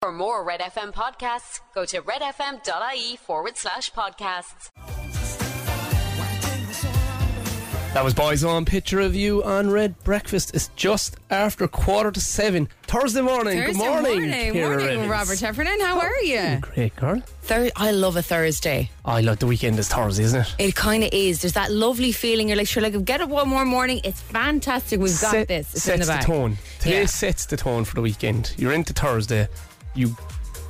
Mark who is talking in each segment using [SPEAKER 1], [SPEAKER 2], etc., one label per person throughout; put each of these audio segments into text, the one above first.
[SPEAKER 1] For more Red FM podcasts, go to redfm.ie forward slash podcasts.
[SPEAKER 2] That was Boys On Picture of You on Red Breakfast. It's just after quarter to seven. Thursday morning. Good
[SPEAKER 3] Thursday
[SPEAKER 2] morning.
[SPEAKER 3] morning,
[SPEAKER 2] Kira
[SPEAKER 3] Morning,
[SPEAKER 2] Rivers.
[SPEAKER 3] Robert Heffernan. How are you?
[SPEAKER 2] Great girl.
[SPEAKER 4] Thur- I love a Thursday.
[SPEAKER 2] I like the weekend is Thursday, isn't it?
[SPEAKER 4] It kind of is. There's that lovely feeling. You're like, sure, like get up one more morning. It's fantastic. We've got
[SPEAKER 2] Set-
[SPEAKER 4] this. It's
[SPEAKER 2] sets
[SPEAKER 4] in the bag.
[SPEAKER 2] tone. Today
[SPEAKER 4] Yeah.
[SPEAKER 2] sets the tone for the weekend. You're into Thursday. You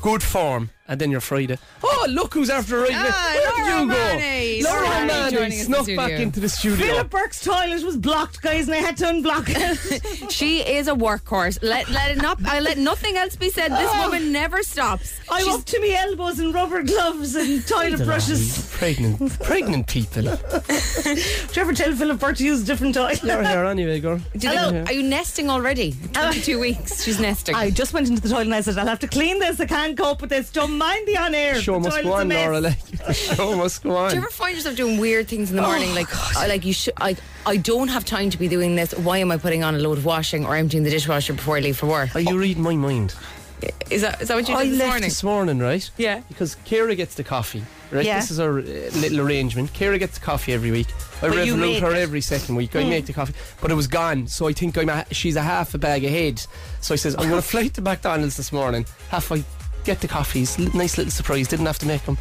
[SPEAKER 2] good form, and then you're Friday. Oh, look who's after right now.
[SPEAKER 3] Ah,
[SPEAKER 2] Where did
[SPEAKER 3] Laura
[SPEAKER 2] you go?
[SPEAKER 3] Manny.
[SPEAKER 2] Laura
[SPEAKER 3] Laura Manny
[SPEAKER 2] Manny
[SPEAKER 3] joining us in
[SPEAKER 2] snuck
[SPEAKER 3] studio.
[SPEAKER 2] back into the studio.
[SPEAKER 5] Philip Burke's toilet was blocked, guys, and I had to unblock it.
[SPEAKER 3] She is a workhorse. Let let it not. I let nothing else be said. This woman never stops.
[SPEAKER 5] I'm up to my elbows in rubber gloves and toilet brushes.
[SPEAKER 2] Pregnant, pregnant people.
[SPEAKER 5] Did you ever tell Philip Burke to use a different
[SPEAKER 2] You're
[SPEAKER 5] toilet?
[SPEAKER 2] here anyway, girl.
[SPEAKER 4] Do you think- are you nesting already? Two weeks. She's nesting.
[SPEAKER 5] I just went into the toilet and I said, I'll have to clean this. I can't cope with this. Don't mind the on air.
[SPEAKER 2] Show
[SPEAKER 5] the
[SPEAKER 2] must go
[SPEAKER 5] toilet's a
[SPEAKER 2] on,
[SPEAKER 5] mess."
[SPEAKER 2] Laura. Like, the show must go on.
[SPEAKER 4] do you ever find yourself doing weird things in the morning? like, I, like you should. I, I don't have time to be doing this. Why am I putting on a load of washing or emptying the dishwasher before I leave for work?
[SPEAKER 2] Are you reading my mind?
[SPEAKER 3] Is that is that what you
[SPEAKER 2] I
[SPEAKER 3] did this
[SPEAKER 2] left
[SPEAKER 3] morning?
[SPEAKER 2] this morning, right?
[SPEAKER 3] Yeah.
[SPEAKER 2] Because Kira gets the coffee, right?
[SPEAKER 5] Yeah.
[SPEAKER 2] This is our uh, little arrangement. Kira gets the coffee every week. I
[SPEAKER 5] But you
[SPEAKER 2] revolute
[SPEAKER 5] make
[SPEAKER 2] her
[SPEAKER 5] it. Hmm.
[SPEAKER 2] every second week. I make the coffee, but it was gone. So I think I'm a, she's a half a bag ahead. So I says I'm going to fly to McDonald's this morning. Halfway, get the coffees. L- nice little surprise. Didn't have to make them.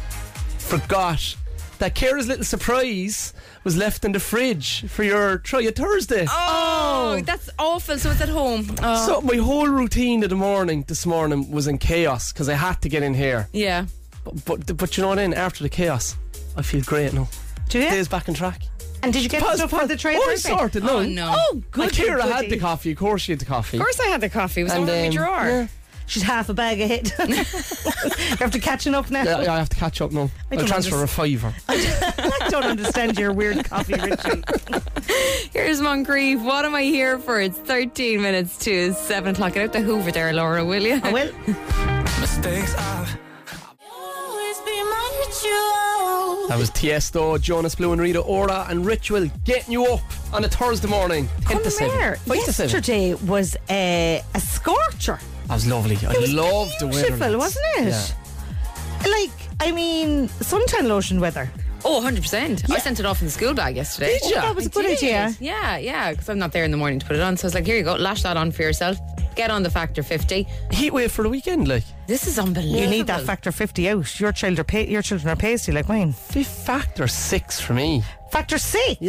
[SPEAKER 2] Forgot. That Kira's little surprise was left in the fridge for your try a Thursday.
[SPEAKER 3] Oh, that's awful. So it's at home. Oh,
[SPEAKER 2] So my whole routine of the morning this morning was in chaos because I had to get in here.
[SPEAKER 3] yeah.
[SPEAKER 2] But, but but you know what? Then after the chaos, I feel great now.
[SPEAKER 5] Do you?
[SPEAKER 2] Days back on track.
[SPEAKER 5] And did you get
[SPEAKER 2] Pause,
[SPEAKER 5] stuff
[SPEAKER 2] pause.
[SPEAKER 5] on the tray?
[SPEAKER 2] Oh, I
[SPEAKER 5] Thursday?
[SPEAKER 2] sorted. No,
[SPEAKER 3] Oh, no.
[SPEAKER 2] Oh,
[SPEAKER 5] good,
[SPEAKER 2] Kira
[SPEAKER 5] good,
[SPEAKER 2] had
[SPEAKER 5] goody.
[SPEAKER 2] the coffee. Of course, she had the coffee.
[SPEAKER 3] Of course, I had the coffee. It was all in my
[SPEAKER 2] um,
[SPEAKER 3] drawer.
[SPEAKER 2] yeah.
[SPEAKER 5] She's half a bag ahead. You're after catching up now.
[SPEAKER 2] Yeah, yeah, I have to catch up now.
[SPEAKER 5] I
[SPEAKER 2] I'll
[SPEAKER 5] don't
[SPEAKER 2] transfer a fiver.
[SPEAKER 5] I don't understand your weird coffee ritual.
[SPEAKER 3] Here's Moncrief. What am I here for? It's 13 minutes to 7 o'clock. Get out the Hoover there, Laura, will you?
[SPEAKER 5] I will.
[SPEAKER 6] Mistakes I've
[SPEAKER 2] That was Tiesto, Jonas Blue, and Rita Ora, and Ritual getting you up on a Thursday morning. 10
[SPEAKER 5] Come
[SPEAKER 2] to 7.
[SPEAKER 5] here.
[SPEAKER 2] 5 to 7.
[SPEAKER 5] Yesterday was uh, a scorcher.
[SPEAKER 2] That was lovely. I
[SPEAKER 5] It was
[SPEAKER 2] loved the weather.
[SPEAKER 5] beautiful, wasn't it?
[SPEAKER 2] Yeah.
[SPEAKER 5] Like, I mean, suntan lotion weather. Oh,
[SPEAKER 3] Oh, 100%. I sent it off in the school bag yesterday.
[SPEAKER 2] Did ya?
[SPEAKER 5] That was a
[SPEAKER 3] I
[SPEAKER 5] good
[SPEAKER 3] did.
[SPEAKER 5] idea.
[SPEAKER 3] Yeah, yeah, because I'm not there in the morning to put it on. So I was like, here you go, lash that on for yourself. Get on the factor 50.
[SPEAKER 2] Heat wave for the weekend, like.
[SPEAKER 3] This is unbelievable.
[SPEAKER 5] You need that factor 50 out. Your, child are pa- your children are pasty like mine.
[SPEAKER 2] Fifth factor six for me.
[SPEAKER 5] Factor 6.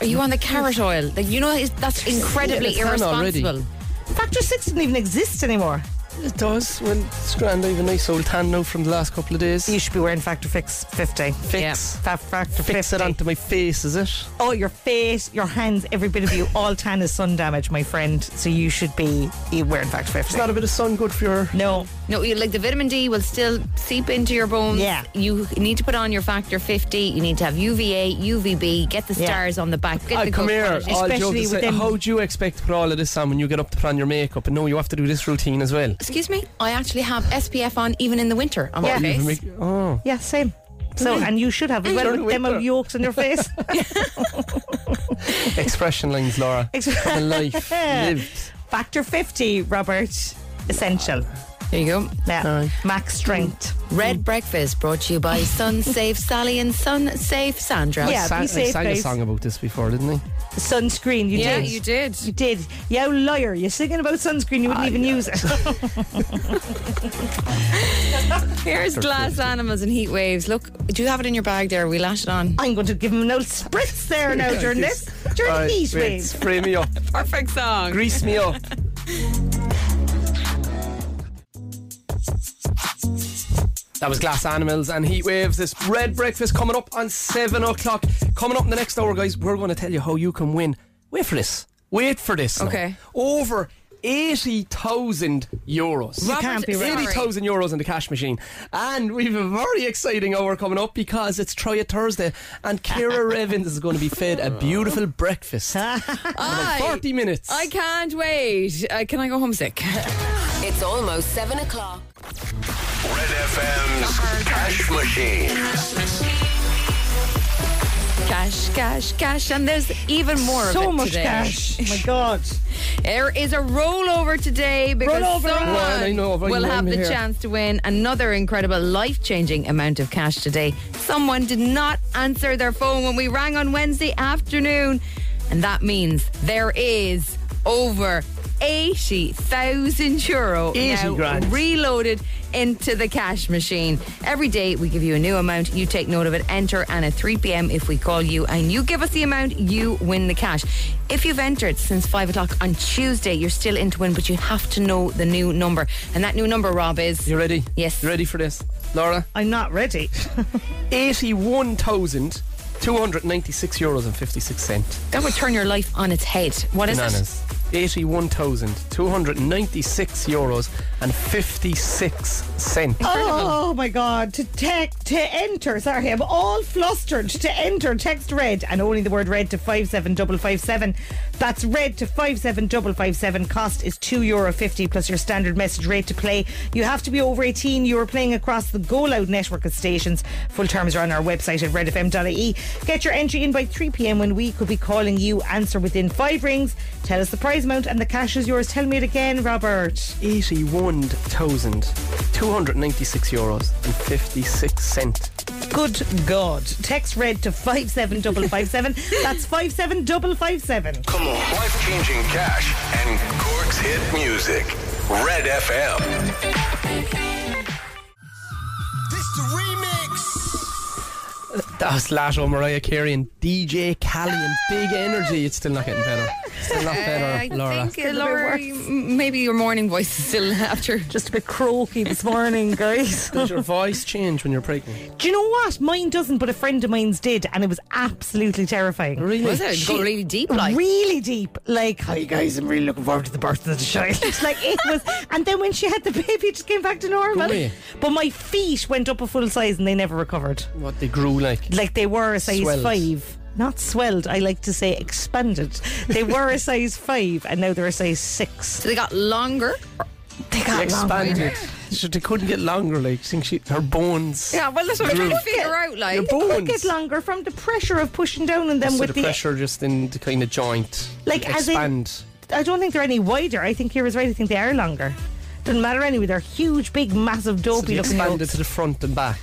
[SPEAKER 3] Are you on the carrot oil? Like, you know, it's- that's incredibly
[SPEAKER 2] it's on already.
[SPEAKER 3] irresponsible.
[SPEAKER 5] Factor 6 didn't even exist anymore.
[SPEAKER 2] It does. Well, it's grand. I have a nice old tan now from the last couple of days.
[SPEAKER 5] You should be wearing Factor Fix 50.
[SPEAKER 2] fix.
[SPEAKER 5] Fa- factor
[SPEAKER 2] Fix
[SPEAKER 5] 50.
[SPEAKER 2] it onto my face, is it?
[SPEAKER 5] Oh, your face, your hands, every bit of you, all tan is sun damage, my friend. So you should be eh, wearing Factor 50.
[SPEAKER 2] It's not a bit of sun good for your.
[SPEAKER 5] no.
[SPEAKER 3] No, you, like the vitamin D will still seep into your bones.
[SPEAKER 5] Yeah.
[SPEAKER 3] You need to put on your factor 50. You need to have UVA, UVB, get the
[SPEAKER 5] Yeah.
[SPEAKER 3] stars on the back. Get
[SPEAKER 2] I
[SPEAKER 3] the
[SPEAKER 2] come
[SPEAKER 3] good
[SPEAKER 2] here.
[SPEAKER 3] quality.
[SPEAKER 2] All
[SPEAKER 5] Especially
[SPEAKER 2] jokes
[SPEAKER 5] with
[SPEAKER 2] aside,
[SPEAKER 5] them-
[SPEAKER 2] how do you expect to put all of this on when you get up to put on your makeup? And no, you have to do this routine as well.
[SPEAKER 3] Excuse me, I actually have SPF on even in the winter on
[SPEAKER 5] Yeah.
[SPEAKER 3] my
[SPEAKER 5] Even
[SPEAKER 3] face.
[SPEAKER 2] Oh,
[SPEAKER 5] Yeah, same. So, and you should have as well
[SPEAKER 2] Sure,
[SPEAKER 5] with them
[SPEAKER 2] winter.
[SPEAKER 5] old yolks on your face.
[SPEAKER 2] expression lines, Laura.
[SPEAKER 5] Ex-
[SPEAKER 2] the life lived.
[SPEAKER 5] factor 50, Robert. Essential.
[SPEAKER 3] There you go.
[SPEAKER 5] Yeah. Max strength.
[SPEAKER 3] Red Breakfast brought to you by Sun Safe Sally and Sun Safe Sandra.
[SPEAKER 5] Yeah,
[SPEAKER 2] sang,
[SPEAKER 5] be safe,
[SPEAKER 2] I sang a
[SPEAKER 5] guys.
[SPEAKER 2] song about this before, didn't I?
[SPEAKER 5] Sunscreen, you
[SPEAKER 3] Yeah,
[SPEAKER 5] did.
[SPEAKER 3] you did.
[SPEAKER 5] You did. Yeah, liar. You're singing about sunscreen. You wouldn't even use it.
[SPEAKER 3] Here's glass animals and heat waves. Look, do you have it in your bag there? We lash it on.
[SPEAKER 5] I'm going to give him an old spritz there now Oh, during this. During
[SPEAKER 2] All right,
[SPEAKER 5] these
[SPEAKER 2] wait,
[SPEAKER 5] waves.
[SPEAKER 2] Spray me up.
[SPEAKER 3] Perfect song.
[SPEAKER 2] Grease me up. That was Glass Animals and Heat Waves. This red breakfast coming up on 7 o'clock. Coming up in the next hour, guys, we're going to tell you how you can win. Wait for this. Wait for this. now.
[SPEAKER 3] Okay.
[SPEAKER 2] Over 80,000 euros.
[SPEAKER 3] Robert,
[SPEAKER 5] can't be right.
[SPEAKER 3] sorry.
[SPEAKER 2] 80,000 euros in the cash machine. And we have a very exciting hour coming up because it's Try It Thursday and Kira Revens is going to be fed a beautiful breakfast. in about
[SPEAKER 3] I-
[SPEAKER 2] 40 minutes.
[SPEAKER 3] I can't wait. Uh, can I go home sick?
[SPEAKER 1] It's almost 7 o'clock.
[SPEAKER 7] Red FM's Cash Machine.
[SPEAKER 4] Cash, cash, cash. And there's even more of
[SPEAKER 5] so
[SPEAKER 4] it
[SPEAKER 5] much
[SPEAKER 4] today.
[SPEAKER 5] cash. my God.
[SPEAKER 4] There is a rollover today because
[SPEAKER 5] Rollover,
[SPEAKER 4] someone
[SPEAKER 2] Well, I know, but
[SPEAKER 4] will
[SPEAKER 2] you
[SPEAKER 4] have
[SPEAKER 2] know
[SPEAKER 4] the
[SPEAKER 2] me here.
[SPEAKER 4] chance to win another incredible, life changing amount of cash today. Someone did not answer their phone when we rang on Wednesday afternoon, and that means there is over. 80,000 euro
[SPEAKER 2] 80
[SPEAKER 4] now
[SPEAKER 2] grand.
[SPEAKER 4] reloaded into the cash machine. Every day we give you a new amount, you take note of it, enter, and at 3 p.m. if we call you and you give us the amount, you win the cash. If you've entered since 5 o'clock on Tuesday, you're still in to win, but you have to know the new number. And that new number, Rob, is.
[SPEAKER 2] You ready?
[SPEAKER 4] Yes.
[SPEAKER 2] You ready for this? Laura?
[SPEAKER 5] I'm not ready.
[SPEAKER 2] 81,296 euros and 56 cents.
[SPEAKER 4] That would turn your life on its head. What is it?
[SPEAKER 2] Bananas. 81,296 euros and 56 cents.
[SPEAKER 5] Oh my God! To te- to enter, sorry, I'm all flustered. To enter, text red and only the word red to five seven double five seven. That's red to five seven double five seven. Cost is two euro fifty plus your standard message rate to play. You have to be over eighteen. You are playing across the Go Loud network of stations. Full terms are on our website at redfm.ie. E. Get your entry in by three pm when we could be calling you. Answer within five rings. Tell us the prize amount and the cash is yours. Tell me it again, Robert.
[SPEAKER 2] 81,296 euros and 56 cents.
[SPEAKER 5] Good God. Text red to 57557. That's 57557.
[SPEAKER 7] Come on. Life changing cash and Cork's hit music. Red FM.
[SPEAKER 8] This the remix.
[SPEAKER 2] That was Lato, Mariah Carey, and DJ Cali, and Big Energy. It's still not getting better. Still not better, Laura.
[SPEAKER 4] I think, uh, Laura, you- m- maybe your morning voice is still after.
[SPEAKER 5] Just a bit croaky this morning, guys.
[SPEAKER 2] Does your voice change when you're pregnant?
[SPEAKER 5] Do you know what? Mine doesn't, but a friend of mine's did, and it was absolutely terrifying.
[SPEAKER 2] Really?
[SPEAKER 4] Was it? Go really deep, like.
[SPEAKER 5] Really deep, like hi guys, I'm really looking forward to the birth of the child. like it was, and then when she had the baby, it just came back to normal.
[SPEAKER 2] Go away.
[SPEAKER 5] But my feet went up a full size, and they never recovered.
[SPEAKER 2] What they grew like.
[SPEAKER 5] like they were a size
[SPEAKER 2] Swelled.
[SPEAKER 5] five. Not swelled, I like to say expanded. They were a size five and now they're a size six.
[SPEAKER 4] So they got longer.
[SPEAKER 5] They got
[SPEAKER 2] expanded. So they couldn't get longer. Like, think she, her bones.
[SPEAKER 4] Yeah, well, that's what I'm trying to
[SPEAKER 2] Groove.
[SPEAKER 4] figure out, like.
[SPEAKER 2] Your
[SPEAKER 5] Could
[SPEAKER 2] bones.
[SPEAKER 5] get longer from the pressure of pushing down on them
[SPEAKER 2] So
[SPEAKER 5] with
[SPEAKER 2] the,
[SPEAKER 5] the.
[SPEAKER 2] pressure just in the kind of joint.
[SPEAKER 5] Like, as in-
[SPEAKER 2] expand.
[SPEAKER 5] I don't think they're any wider. I think you're right. I think they are longer. Doesn't matter anyway. They're huge, big, massive,
[SPEAKER 2] So
[SPEAKER 5] dopey
[SPEAKER 2] they
[SPEAKER 5] looking.
[SPEAKER 2] expanded
[SPEAKER 5] yolks.
[SPEAKER 2] to the front and back.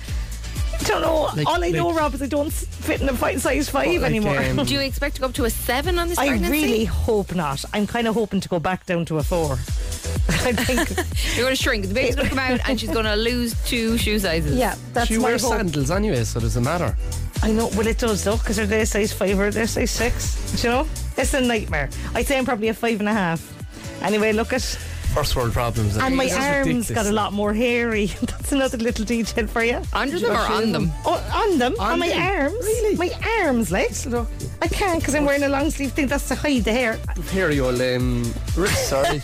[SPEAKER 5] I don't know.
[SPEAKER 2] like-
[SPEAKER 5] All I know,
[SPEAKER 2] like-
[SPEAKER 5] Rob, is I don't s- fit in a fi- size five
[SPEAKER 2] Like,
[SPEAKER 5] anymore.
[SPEAKER 2] um,
[SPEAKER 4] Do you expect to go up to a seven on this
[SPEAKER 5] I
[SPEAKER 4] pregnancy?
[SPEAKER 5] really hope not. I'm kind of hoping to go back down to a four. I think.
[SPEAKER 4] You're going to shrink. The baby's going to come out and she's going to lose two shoe sizes.
[SPEAKER 5] yeah, that's
[SPEAKER 2] she
[SPEAKER 5] my
[SPEAKER 2] wears
[SPEAKER 5] hope.
[SPEAKER 2] sandals anyway, so it doesn't matter.
[SPEAKER 5] I know. Well, it does though, because they're their size five or their size six. Do you know? It's a nightmare. I'd say I'm probably a five and a half. Anyway, look at.
[SPEAKER 2] First world problems.
[SPEAKER 5] And my
[SPEAKER 2] This is
[SPEAKER 5] arms got
[SPEAKER 2] ridiculous.
[SPEAKER 5] a lot more hairy. That's another little detail for you.
[SPEAKER 4] I'm just never on them.
[SPEAKER 5] Oh, on them, on,
[SPEAKER 2] On
[SPEAKER 5] my
[SPEAKER 2] them?
[SPEAKER 5] arms.
[SPEAKER 2] Really?
[SPEAKER 5] My arms, like. I can't because I'm wearing a long sleeve thing. That's to hide the hair.
[SPEAKER 2] Here you all, um, wrists, sorry.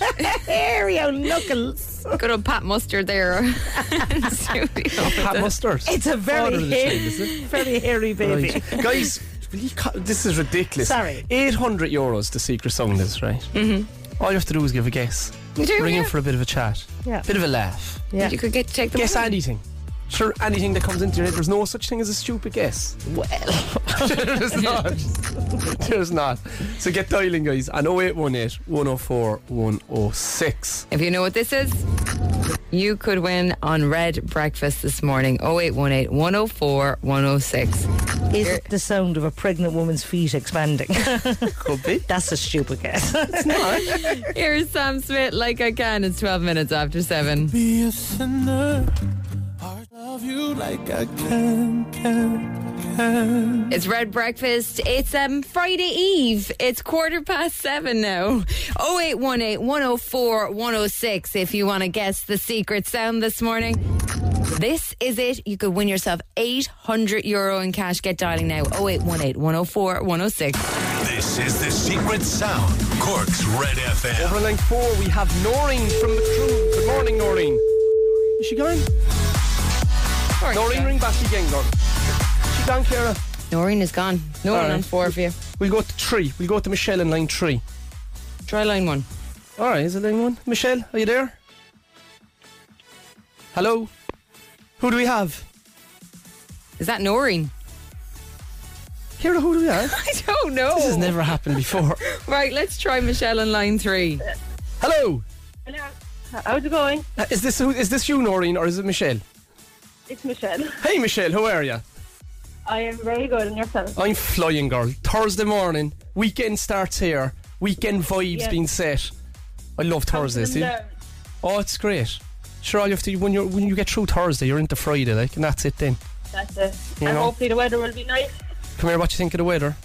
[SPEAKER 5] Hairy old knuckles.
[SPEAKER 4] Good old Pat Mustard there in the studio.
[SPEAKER 2] Pat Mustard.
[SPEAKER 5] It's a
[SPEAKER 2] Father
[SPEAKER 5] very
[SPEAKER 2] of the
[SPEAKER 5] hairy,
[SPEAKER 2] child, is it?
[SPEAKER 5] very hairy baby.
[SPEAKER 2] Right. Guys, will you co- this is ridiculous.
[SPEAKER 5] Sorry.
[SPEAKER 2] 800 euros to secret song is, right? Mm-hmm. All you have to do is give a guess.
[SPEAKER 4] You do,
[SPEAKER 2] Ring
[SPEAKER 4] yeah.
[SPEAKER 2] in for a bit of a chat.
[SPEAKER 5] Yeah.
[SPEAKER 2] Bit of a laugh.
[SPEAKER 5] Yeah.
[SPEAKER 4] You could get to take them
[SPEAKER 2] Guess
[SPEAKER 4] home.
[SPEAKER 2] anything. Sure, anything that comes into your head. There's no such thing as a stupid guess. Well, there's not. There's not. So get dialing, guys, on 0818 104 106.
[SPEAKER 4] If you know what this is, you could win on Red Breakfast this morning 0818 104 106.
[SPEAKER 5] Is it the sound of a pregnant woman's feet expanding?
[SPEAKER 2] Could be.
[SPEAKER 5] That's a stupid guess.
[SPEAKER 4] Here's Sam Smith, Like I Can. It's 12 minutes after 7.
[SPEAKER 9] Be a sinner. I love you like I can, can, can.
[SPEAKER 4] It's Red Breakfast. It's um, Friday Eve. It's quarter past seven Oh now. 0818 104 106 if you want to guess the secret sound this morning. This is it. You could win yourself 800 euro in cash. Get dialing now 0818 104 106.
[SPEAKER 7] This is the secret sound. Cork's Red FM.
[SPEAKER 2] Over in line four, we have Noreen from the crew. Good morning, Noreen. Is she gone? Noreen, ring back again, gone. She gone, Kira.
[SPEAKER 4] Noreen is gone. No
[SPEAKER 2] All
[SPEAKER 4] one on
[SPEAKER 2] right.
[SPEAKER 4] four for you.
[SPEAKER 2] We'll go to three. We'll go to Michelle in line three.
[SPEAKER 4] Try line one.
[SPEAKER 2] All right, is it line one? Michelle, are you there? Hello? Who do we have?
[SPEAKER 4] Is that Noreen?
[SPEAKER 2] Here, who do we are?
[SPEAKER 4] I don't know.
[SPEAKER 2] This has never happened before.
[SPEAKER 4] Right, let's try Michelle on line three.
[SPEAKER 2] Hello.
[SPEAKER 10] Hello. How's it going?
[SPEAKER 2] Uh, Is this who- is this you, Noreen, or is it Michelle?
[SPEAKER 10] It's Michelle.
[SPEAKER 2] Hey, Michelle, how are you?
[SPEAKER 10] I am very good, and yourself?
[SPEAKER 2] I'm flying, girl. Thursday morning, weekend starts here. Weekend vibes
[SPEAKER 10] Yes.
[SPEAKER 2] being set. I love Thursdays. see? Oh, it's great. Sure, all you have to when you when you get through Thursday, you're into Friday, like, and that's it then.
[SPEAKER 10] That's it.
[SPEAKER 2] You
[SPEAKER 10] and
[SPEAKER 2] know.
[SPEAKER 10] hopefully the weather will be nice.
[SPEAKER 2] Come here, what you think of the weather?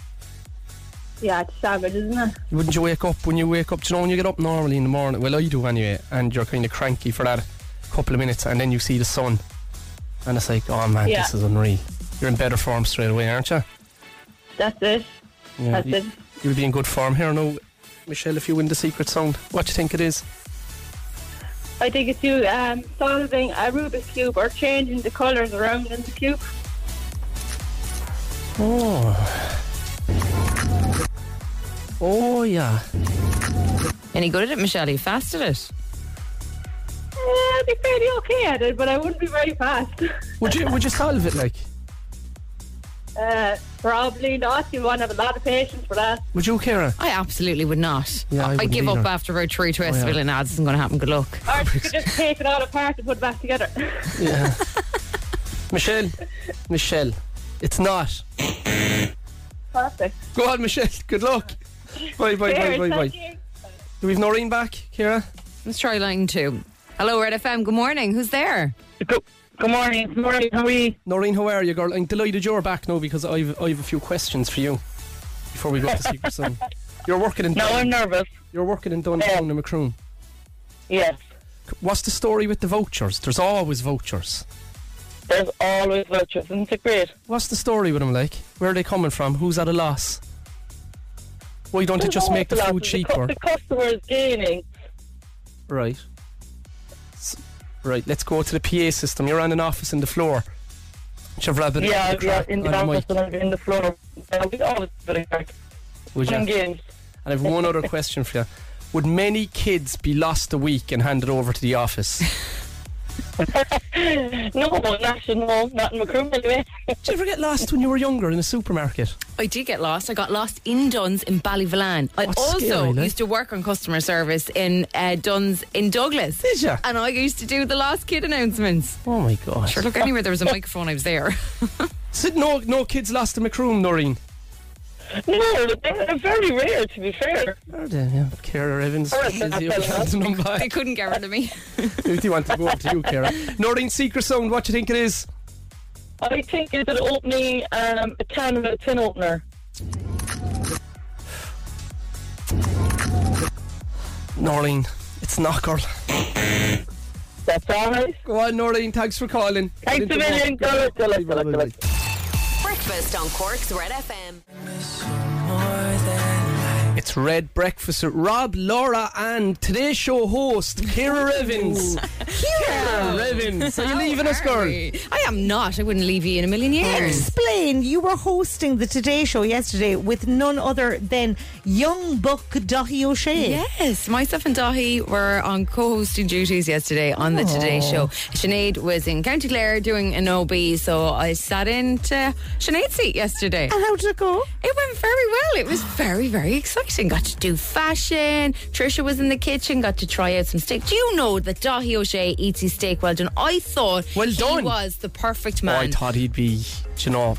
[SPEAKER 10] Yeah, it's savage, isn't it?
[SPEAKER 2] Wouldn't you wake up when you wake up? Do you know when you get up normally in the morning? Well, I do anyway, and you're kind of cranky for that couple of minutes, and then you see the sun, and it's like, oh man,
[SPEAKER 10] Yeah.
[SPEAKER 2] this is unreal. You're in better form straight away, aren't you?
[SPEAKER 10] That's it.
[SPEAKER 2] Yeah,
[SPEAKER 10] That's
[SPEAKER 2] you,
[SPEAKER 10] it.
[SPEAKER 2] You'll be in good form here now, Michelle. If you win the secret sound, what do you think it is?
[SPEAKER 10] I think it's you um, solving a Rubik's cube or changing the colours around in the cube.
[SPEAKER 2] Oh, oh yeah.
[SPEAKER 4] Any good at it, Michelle? Are you fast at it?
[SPEAKER 10] Yeah, I'd Eh, be fairly okay at it, but I wouldn't be very fast.
[SPEAKER 2] Would you would you solve it like?
[SPEAKER 10] Uh, probably not. You want to have a lot of patience for that.
[SPEAKER 2] Would you, Kara?
[SPEAKER 4] I absolutely would not.
[SPEAKER 2] Yeah, I
[SPEAKER 4] I
[SPEAKER 2] wouldn't
[SPEAKER 4] give up
[SPEAKER 2] either.
[SPEAKER 4] after about three twists.
[SPEAKER 2] Oh,
[SPEAKER 4] Oh,
[SPEAKER 2] yeah.
[SPEAKER 4] yeah. This isn't going to happen. Good luck.
[SPEAKER 10] Or you could just take it all apart and put it back together.
[SPEAKER 2] Yeah. Michelle, Michelle, it's not.
[SPEAKER 10] Perfect.
[SPEAKER 2] Go on, Michelle. Good luck. Bye, bye, bye,
[SPEAKER 10] Cheers,
[SPEAKER 2] bye, bye.
[SPEAKER 10] thank you.
[SPEAKER 2] Do we have Noreen back, Kira?
[SPEAKER 4] Let's try line two. Hello, Red FM. Good morning. Who's there?
[SPEAKER 10] Good, good morning. Good morning. How are you?
[SPEAKER 2] Noreen, how are you, girl? I'm delighted you're back now because I've I've a few questions for you before we go to Secret Sun. You're working in
[SPEAKER 10] No,
[SPEAKER 2] Dun-
[SPEAKER 10] I'm nervous.
[SPEAKER 2] you're working in Duntown and Macroom.
[SPEAKER 10] Yes.
[SPEAKER 2] What's the story with the vouchers? There's always vouchers.
[SPEAKER 10] There's always vultures, isn't it great?
[SPEAKER 2] What's the story with them like? Where are they coming from? Who's at a loss? Why don't you just make the food cheaper?
[SPEAKER 10] The customer is gaining.
[SPEAKER 2] Right. S- Right, let's go to the PA system. You're on an office in the floor. Shove rabbit
[SPEAKER 10] yeah,
[SPEAKER 2] the
[SPEAKER 10] yeah,
[SPEAKER 2] crack
[SPEAKER 10] in the
[SPEAKER 2] on
[SPEAKER 10] office
[SPEAKER 2] mic,
[SPEAKER 10] and in the floor. Yeah, we always put it back.
[SPEAKER 2] would ya?
[SPEAKER 10] Fun games.
[SPEAKER 2] And I've one other question for you. Would many kids be lost a week and handed over to the office?
[SPEAKER 10] No, not in no, not in Macroom anyway.
[SPEAKER 2] Did you ever get lost when you were younger in a supermarket?
[SPEAKER 4] I did get lost. I got lost in Dunn's in Ballyvillan. I
[SPEAKER 2] That's
[SPEAKER 4] also
[SPEAKER 2] scary, like.
[SPEAKER 4] used to work on customer service in uh, Dunn's in Douglas.
[SPEAKER 2] Did ya?
[SPEAKER 10] Uh,
[SPEAKER 4] And I used to do the last kid announcements.
[SPEAKER 2] Oh my gosh.
[SPEAKER 4] Sure, look, anywhere there was a microphone, I was there.
[SPEAKER 2] Sid, no, no kids lost in Macroom, Noreen.
[SPEAKER 10] No, they're very rare to be fair.
[SPEAKER 2] Are they? Yeah. Kara Evans.
[SPEAKER 10] Oh,
[SPEAKER 2] is the
[SPEAKER 10] that's
[SPEAKER 2] other
[SPEAKER 10] enough.
[SPEAKER 2] number.
[SPEAKER 4] They couldn't get rid of me.
[SPEAKER 2] If you want to go up to you, Kara. Noreen Secret Sound, what do you think it is?
[SPEAKER 10] I think it's an opening, um, a can of a tin opener.
[SPEAKER 2] Noreen, it's not girl.
[SPEAKER 10] That's all right.
[SPEAKER 2] Go on, Noreen, thanks for calling.
[SPEAKER 10] Thanks a million. Go, go, go, go, go, go.
[SPEAKER 1] Breakfast on Cork's Red FM.
[SPEAKER 2] It's Red Breakfast with Rob, Laura, and today's show host, Kira Evans. Kira Evans, are you leaving us, girl?
[SPEAKER 4] I am not. I wouldn't leave you in a million years.
[SPEAKER 5] Explain, you were hosting the Today Show yesterday with none other than young buck Dahi O'Shea.
[SPEAKER 4] Yes, myself and Dahi were on co-hosting duties yesterday on the Today Show. Sinead was in County Clare doing an OB, so I sat in to Sinead's seat yesterday.
[SPEAKER 2] Oh.
[SPEAKER 5] And how did it go?
[SPEAKER 4] It went very well. It was very, very exciting. Got to do fashion. Trisha was in the kitchen, got to try out some steak. Do you know that Dahi O'Shea eats his steak well done? I thought
[SPEAKER 2] Well
[SPEAKER 4] he
[SPEAKER 2] done.
[SPEAKER 4] was the perfect
[SPEAKER 2] Oh,
[SPEAKER 4] man.
[SPEAKER 2] I thought he'd be, you know,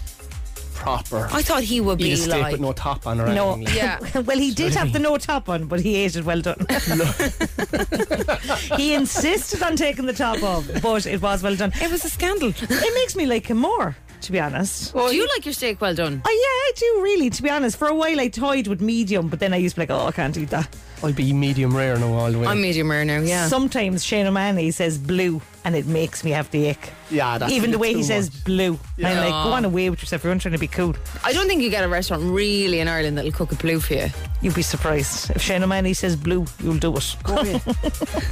[SPEAKER 2] proper.
[SPEAKER 4] I thought he would
[SPEAKER 2] Eat a
[SPEAKER 4] be
[SPEAKER 2] steak
[SPEAKER 4] like.
[SPEAKER 2] with no top on or
[SPEAKER 5] No.
[SPEAKER 2] anything. like.
[SPEAKER 4] yeah.
[SPEAKER 5] Well, he did have the no top on, but he ate it well done. he insisted on taking the top off, but it was well done.
[SPEAKER 4] It was a scandal.
[SPEAKER 5] It makes me like him more, to be honest.
[SPEAKER 4] Do you like your steak well done?
[SPEAKER 5] Oh, yeah, I do really, to be honest. For a while, I toyed with medium, but then I used to be like, oh, I can't eat that.
[SPEAKER 2] I'd be medium rare now all the way.
[SPEAKER 4] I'm medium rare now, yeah.
[SPEAKER 5] Sometimes Shane O'Mahony says blue, and it makes me have the ick.
[SPEAKER 2] yeah, Oh, that's
[SPEAKER 5] Even
[SPEAKER 2] a
[SPEAKER 5] the
[SPEAKER 2] bit
[SPEAKER 5] way
[SPEAKER 2] too
[SPEAKER 5] he says
[SPEAKER 2] much.
[SPEAKER 5] blue. And I'm like, go on away with yourself. Everyone's trying to be cool.
[SPEAKER 4] I don't think you get a restaurant really in Ireland that'll cook it blue for you.
[SPEAKER 5] You'd be surprised. If Shane O'Malley says blue, you'll do it.
[SPEAKER 2] Come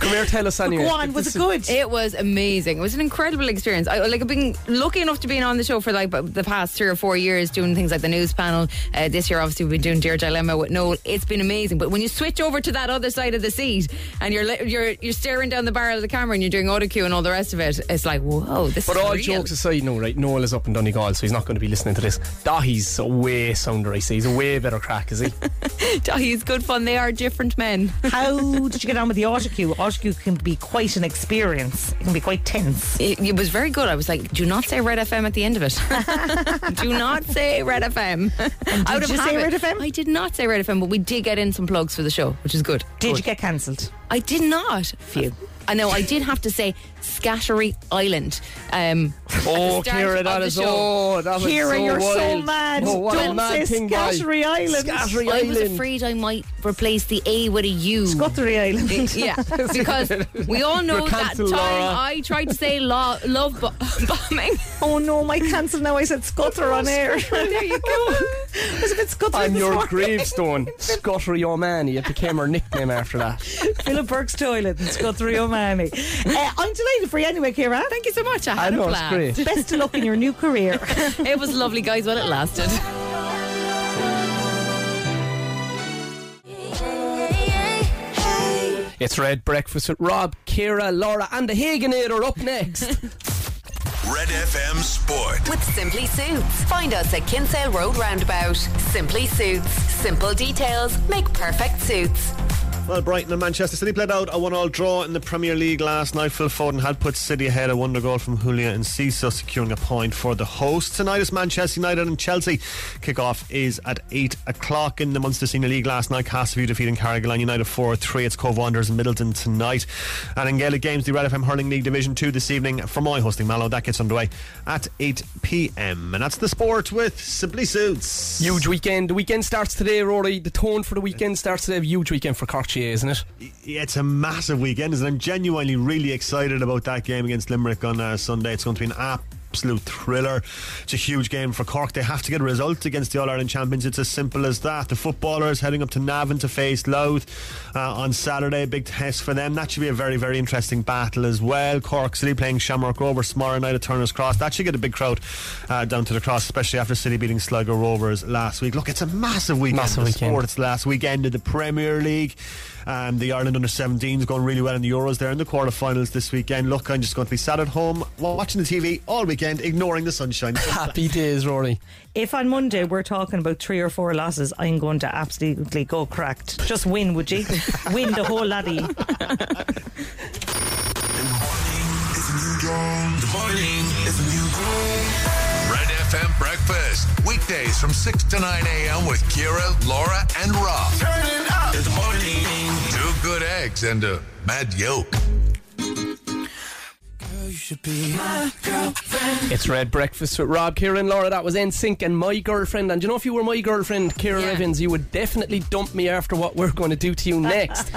[SPEAKER 2] here, tell us anyway.
[SPEAKER 5] Go on, was it good?
[SPEAKER 4] It was amazing. It was an incredible experience. I like I've been lucky enough to be on the show for like the past three or four years, doing things like the news panel. Uh, this year, obviously, we've been doing Dear Dilemma with Noel. It's been amazing. But when you switch over to that other side of the seat and you're li- you're you're staring down the barrel of the camera and you're doing auto cue and all the rest of it, it's like whoa, this.
[SPEAKER 2] But
[SPEAKER 4] is
[SPEAKER 2] all
[SPEAKER 4] real.
[SPEAKER 2] jokes aside, no, right? Noel is up in Donegal, so he's not going to be listening to this. Dahi's a way sounder, I see. He's a way better crack, is he?
[SPEAKER 4] He's good fun. They are different men.
[SPEAKER 5] How did you get on with the auto queue? Auto queue can be quite an experience. It can be quite tense.
[SPEAKER 4] It, it was very good. I was like, do not say Red FM at the end of it. do not say Red FM. Out of
[SPEAKER 5] you say
[SPEAKER 4] habit.
[SPEAKER 5] Red FM?
[SPEAKER 4] I did not say Red FM, but we did get in some plugs for the show, which is good.
[SPEAKER 5] Did you get cancelled?
[SPEAKER 4] I did not. Phew. I know, I did have to say Scattery Island. Um,
[SPEAKER 2] Oh,
[SPEAKER 4] start
[SPEAKER 2] Kira,
[SPEAKER 4] of
[SPEAKER 2] that
[SPEAKER 4] the
[SPEAKER 2] is
[SPEAKER 4] show.
[SPEAKER 2] oh, that was
[SPEAKER 5] Kira,
[SPEAKER 2] so
[SPEAKER 5] you're
[SPEAKER 2] wild.
[SPEAKER 5] so mad.
[SPEAKER 2] Oh, what a
[SPEAKER 5] Don't
[SPEAKER 2] mad
[SPEAKER 5] say
[SPEAKER 2] thing, guys.
[SPEAKER 5] Scattery Island.
[SPEAKER 2] Scattery
[SPEAKER 4] I was
[SPEAKER 2] Island.
[SPEAKER 4] afraid I might replace the A with a U.
[SPEAKER 5] Scuttery Island.
[SPEAKER 4] yeah, because we all know
[SPEAKER 2] You're
[SPEAKER 4] that time
[SPEAKER 2] cancelled, Laura.
[SPEAKER 4] I tried to say lo- love bo- bombing.
[SPEAKER 5] Oh no, my cancel now. I said scutter on air.
[SPEAKER 4] there you go.
[SPEAKER 5] I was a bit scutter.
[SPEAKER 2] On
[SPEAKER 5] this
[SPEAKER 2] your
[SPEAKER 5] morning.
[SPEAKER 2] gravestone, Scottery O'Mani. It became her nickname after that.
[SPEAKER 5] Philip Burke's toilet and Scuttery O'Mahony. Uh, I'm delighted for you anyway, Kira.
[SPEAKER 4] Thank you so much. I
[SPEAKER 2] I
[SPEAKER 4] had a
[SPEAKER 2] know, it's
[SPEAKER 4] blast.
[SPEAKER 2] great.
[SPEAKER 5] Best of luck in your new career.
[SPEAKER 4] It was lovely, guys, while it lasted.
[SPEAKER 2] It's Red Breakfast with Rob, Kira, Laura, and the Haganator up next.
[SPEAKER 7] Red FM Sport.
[SPEAKER 1] With Simply Suits. Find us at Kinsale Road Roundabout. Simply Suits. Simple details make perfect suits.
[SPEAKER 11] Well, Brighton and Manchester City played out a one-all draw in the Premier League last night. Phil Foden had put City ahead a wonder goal from Julia and Ciso, securing a point for the hosts. Tonight is Manchester United and Chelsea. Kick-off is at eight o'clock in the Munster Senior League last night. Castleview defeating Carrigaline United four-three. It's Cove Wanderers and Middleton tonight. And in Gaelic games, the Red FM Hurling League Division Two this evening. Fermoy hosting Mallow. That gets underway at eight p.m. And that's the sport with Simply Suits.
[SPEAKER 2] huge weekend. The weekend starts today, Rory. The tone for the weekend starts today. A huge weekend for Corkchea, isn't it?
[SPEAKER 11] Yeah, it's a massive weekend, isn't it? I'm genuinely really excited about that game against Limerick on uh, Sunday. It's going to be an absolute thriller. It's a huge game for Cork. They have to get a result against the All Ireland champions. It's as simple as that. The footballers heading up to Navan to face Louth uh, on Saturday. Big test for them. That should be a very, very interesting battle as well. Cork City playing Shamrock Rovers tomorrow night at Turner's Cross. That should get a big crowd uh, down to the cross, especially after City beating Sligo Rovers last week. Look, it's a massive weekend.
[SPEAKER 2] Massive
[SPEAKER 11] The
[SPEAKER 2] weekend.
[SPEAKER 11] sport it's last weekend in the Premier League. Um, the Ireland under 17s going really well in the Euros. They're in the quarterfinals this weekend. Look, I'm just going to be sat at home wa- watching the TV all weekend, ignoring the sunshine.
[SPEAKER 2] Happy days, Rory.
[SPEAKER 5] if on Monday we're talking about three or four losses, I'm going to absolutely go cracked. Just win, would you? win the whole lot of you.
[SPEAKER 7] The morning is a new day. Red FM Breakfast. Weekdays from 6 to 9 a.m. with Kira, Laura, and Rob. Turn it up. It's morning. Two good eggs and a mad yolk.
[SPEAKER 6] Girl, you should be my
[SPEAKER 2] It's Red Breakfast with Rob, Kira, and Laura. That was NSYNC and My Girlfriend. And do you know if you were my girlfriend, Kira
[SPEAKER 4] Yeah.
[SPEAKER 2] Evans, you would definitely dump me after what we're going to do to you next.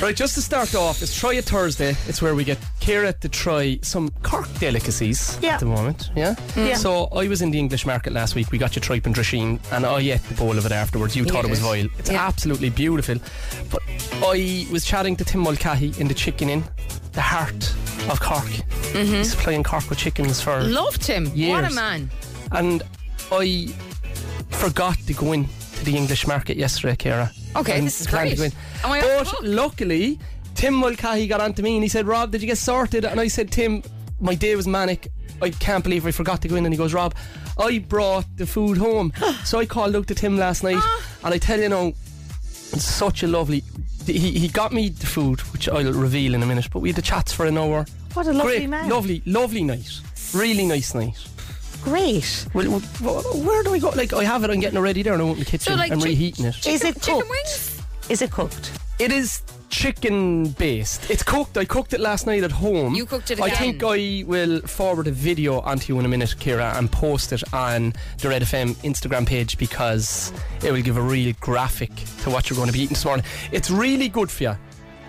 [SPEAKER 2] right, just to start off, it's Try It Thursday. It's where we get Kira to try some Cork delicacies
[SPEAKER 5] Yeah.
[SPEAKER 2] at the moment. Yeah?
[SPEAKER 5] Yeah.
[SPEAKER 2] So I was in the English market last week. We got your tripe and drasheen, and I ate the bowl of it afterwards. You thought it was vile. It's
[SPEAKER 4] Yeah.
[SPEAKER 2] absolutely beautiful. But I was chatting to Tim Mulcahy in the Chicken Inn, the heart of Cork. He's playing Cork with chickens for
[SPEAKER 4] Loved him. What a
[SPEAKER 2] Years.
[SPEAKER 4] man.
[SPEAKER 2] and I forgot to go in to the English market yesterday, Kira.
[SPEAKER 4] Okay,
[SPEAKER 2] And
[SPEAKER 4] this is
[SPEAKER 2] planned to
[SPEAKER 4] great.
[SPEAKER 2] go in.
[SPEAKER 4] Am I off
[SPEAKER 2] but
[SPEAKER 4] the hook?
[SPEAKER 2] luckily, Tim Mulcahy got onto me and he said, "Rob, did you get sorted?" And I said, "Tim, my day was manic. I can't believe I forgot to go in." And he goes, "Rob, I brought the food home." so I called out to Tim last night,
[SPEAKER 4] Ah.
[SPEAKER 2] and I tell you now, it's such a lovely. He, he got me the food, which I'll reveal in a minute. But we had the chats for an hour.
[SPEAKER 5] What a lovely
[SPEAKER 2] Great,
[SPEAKER 5] man.
[SPEAKER 2] lovely, lovely night. Really nice night.
[SPEAKER 5] Great.
[SPEAKER 2] Well, well, well, where do I go? Like, I have it, I'm getting it ready there, and I want the kitchen.
[SPEAKER 4] So, like,
[SPEAKER 2] I'm
[SPEAKER 4] chi-
[SPEAKER 2] reheating it.
[SPEAKER 5] Is it
[SPEAKER 4] Chicken
[SPEAKER 5] cooked?
[SPEAKER 4] wings?
[SPEAKER 5] Is it cooked?
[SPEAKER 2] It is chicken based. It's cooked. I cooked it last night at home.
[SPEAKER 4] You cooked it
[SPEAKER 2] I
[SPEAKER 4] again.
[SPEAKER 2] think I will forward a video onto you in a minute, Kira, and post it on the Red FM Instagram page because it will give a real graphic to what you're going to be eating this morning. It's really good for you.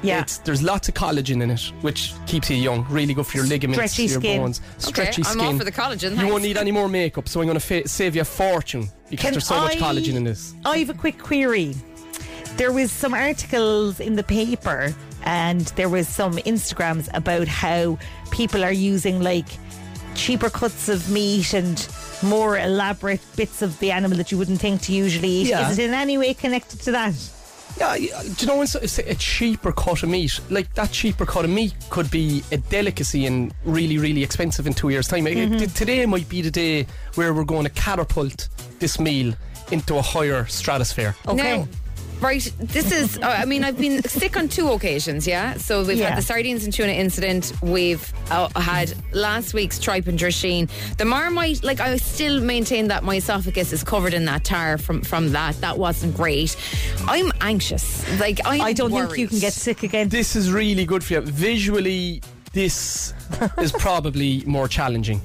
[SPEAKER 5] Yeah.
[SPEAKER 2] It's, there's lots of collagen in it, which keeps you young. Really good for your ligaments,
[SPEAKER 5] Stretchy
[SPEAKER 2] your
[SPEAKER 5] skin.
[SPEAKER 2] bones, stretchy
[SPEAKER 4] I'm
[SPEAKER 2] skin.
[SPEAKER 4] all for the collagen,
[SPEAKER 2] You won't
[SPEAKER 4] thanks.
[SPEAKER 2] need any more makeup, so I'm going to fa- save you a fortune because
[SPEAKER 5] Can
[SPEAKER 2] there's so much
[SPEAKER 5] I-
[SPEAKER 2] collagen in this.
[SPEAKER 5] I have a quick query. there was some articles in the paper and there was some Instagrams about how people are using like cheaper cuts of meat and more elaborate bits of the animal that you wouldn't think to usually eat.
[SPEAKER 2] Yeah.
[SPEAKER 5] Is it in any way connected to that?
[SPEAKER 2] Yeah, yeah, do you know when so- say a cheaper cut of meat, like that cheaper cut of meat could be a delicacy and really, really expensive in two years' time. Like,
[SPEAKER 5] Mhm.
[SPEAKER 2] t- today might be the day where we're going to catapult this meal into a higher stratosphere.
[SPEAKER 3] Now, right, this is, uh, I mean, I've been sick on two occasions, yeah? So we've
[SPEAKER 2] Yeah.
[SPEAKER 3] had the sardines and tuna incident. We've uh, had last week's tripe and drasheen. The marmite, like, I still maintain that my esophagus is covered in that tar from, from that. That wasn't great. I'm anxious. Like, I'm
[SPEAKER 5] I don't think
[SPEAKER 3] worried.
[SPEAKER 5] you can get sick again.
[SPEAKER 2] This is really good for you. Visually, this is probably more challenging.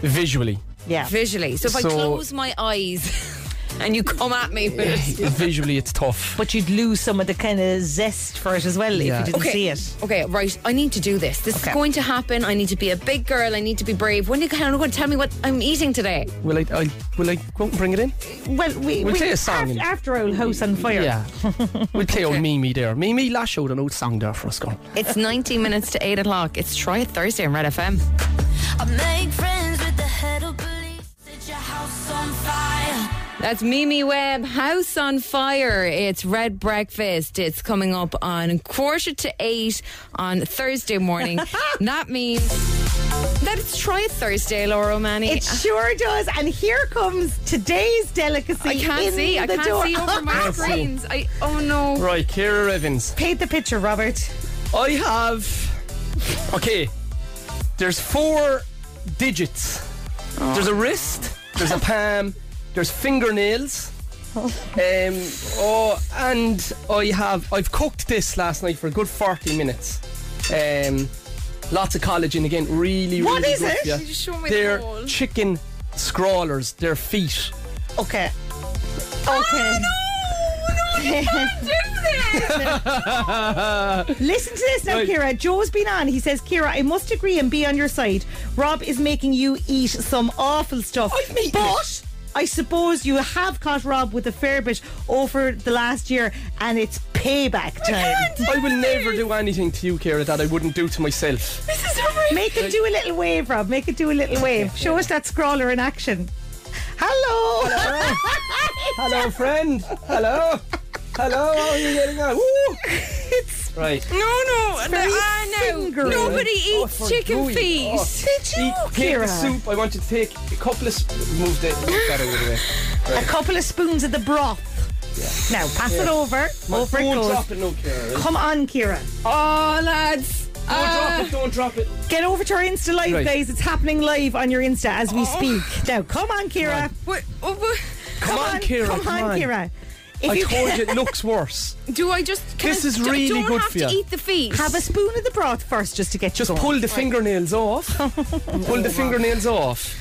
[SPEAKER 2] Visually.
[SPEAKER 5] Yeah.
[SPEAKER 3] Visually. So if
[SPEAKER 2] So-
[SPEAKER 3] I close my eyes and you come at me with it.
[SPEAKER 2] Visually, it's tough.
[SPEAKER 5] But you'd lose some of the kind of zest for it as well if
[SPEAKER 2] Yeah.
[SPEAKER 5] you didn't
[SPEAKER 3] okay.
[SPEAKER 5] see it.
[SPEAKER 3] Okay, right. I need to do this. This
[SPEAKER 5] Okay.
[SPEAKER 3] is going to happen. I need to be a big girl. I need to be brave. When are you going to tell me what I'm eating today?
[SPEAKER 2] Will I, I will I go and bring it in?
[SPEAKER 5] Well, we,
[SPEAKER 2] We'll
[SPEAKER 5] we-
[SPEAKER 2] play a song.
[SPEAKER 5] af- After all, House on Fire.
[SPEAKER 2] Yeah. we'll play old Mimi there. Mimi, lash out an old song there for us, girl.
[SPEAKER 3] It's 19 minutes to 8 o'clock. It's Try It Thursday on Red FM.
[SPEAKER 12] I make friends with the head of police. Set your house on fire.
[SPEAKER 3] That's Mimi Webb, House on Fire. It's Red Breakfast. It's coming up on quarter to eight on Thursday morning. that means that it's Try It Thursday, Laura O'Many.
[SPEAKER 5] It sure does. And here comes today's delicacy.
[SPEAKER 3] I can't
[SPEAKER 5] in
[SPEAKER 3] see.
[SPEAKER 5] The
[SPEAKER 3] I can't
[SPEAKER 5] door.
[SPEAKER 3] see over my
[SPEAKER 2] Can't see.
[SPEAKER 3] screens. I oh no.
[SPEAKER 2] Right, Kira Evans.
[SPEAKER 5] Paint the picture, Robert.
[SPEAKER 2] I have. Okay. There's four digits. There's a
[SPEAKER 5] Oh.
[SPEAKER 2] wrist. There's a palm. There's fingernails. Um, oh, and I have. I've cooked this last night for a good 40 minutes. Um, lots of collagen again. Really,
[SPEAKER 5] What
[SPEAKER 2] really
[SPEAKER 5] is
[SPEAKER 2] good
[SPEAKER 5] it?
[SPEAKER 2] for you.
[SPEAKER 5] You just show me the
[SPEAKER 2] They're
[SPEAKER 5] whole.
[SPEAKER 2] chicken scrawlers. They're feet.
[SPEAKER 5] Okay. Okay. Listen to this now,
[SPEAKER 2] Right.
[SPEAKER 5] Kira. Joe's been on. He says, Kira, I must agree and be on your side. Rob is making you eat some awful stuff. but I suppose you have caught Rob with a fair bit over the last year, and it's payback time.
[SPEAKER 2] I will never do anything to you, Kira, that I wouldn't do to myself.
[SPEAKER 5] This is horrific. Make it do a little wave, Rob. Make it do a little wave. Show us that scrawler in action. Hello.
[SPEAKER 2] Hello, friend. Hello. Hello. How are you getting on? Woo.
[SPEAKER 5] It's
[SPEAKER 2] right.
[SPEAKER 3] No, no,
[SPEAKER 5] It's
[SPEAKER 3] no,
[SPEAKER 5] very
[SPEAKER 3] ah, no.
[SPEAKER 5] fingery.
[SPEAKER 3] Nobody
[SPEAKER 2] Oh,
[SPEAKER 3] eats
[SPEAKER 2] for
[SPEAKER 3] chicken
[SPEAKER 2] gooey.
[SPEAKER 3] feet.
[SPEAKER 2] Oh. Eat- take the soup. I want you to take a couple of sp- move the move that out of the way.
[SPEAKER 5] A couple of spoons of the broth. Now pass it
[SPEAKER 2] Yeah.
[SPEAKER 5] over.
[SPEAKER 2] My
[SPEAKER 5] over it
[SPEAKER 2] phone
[SPEAKER 5] goes.
[SPEAKER 2] dropping, no, Kira.
[SPEAKER 5] Come on, Kira.
[SPEAKER 3] Oh, lads. Uh,
[SPEAKER 2] Don't drop it. Don't drop it.
[SPEAKER 5] Get over to our Insta live,
[SPEAKER 2] Right. Oh.
[SPEAKER 5] guys. It's happening live on your Insta as we speak. Now, come on, Kira.
[SPEAKER 3] What, oh, what-
[SPEAKER 2] Come on, Kira,
[SPEAKER 5] Come,
[SPEAKER 2] come
[SPEAKER 5] on,
[SPEAKER 2] on.
[SPEAKER 5] Kira. If
[SPEAKER 2] I
[SPEAKER 5] you
[SPEAKER 2] told you it looks worse.
[SPEAKER 3] Do I just? Can
[SPEAKER 2] This
[SPEAKER 3] I,
[SPEAKER 2] is
[SPEAKER 3] do-
[SPEAKER 2] really
[SPEAKER 3] don't
[SPEAKER 2] good
[SPEAKER 3] have
[SPEAKER 2] for
[SPEAKER 3] to
[SPEAKER 2] you.
[SPEAKER 3] eat the feet.
[SPEAKER 5] have a spoon of the broth first, just to get
[SPEAKER 2] Just
[SPEAKER 5] you
[SPEAKER 2] pull the fingernails off. pull the fingernails off.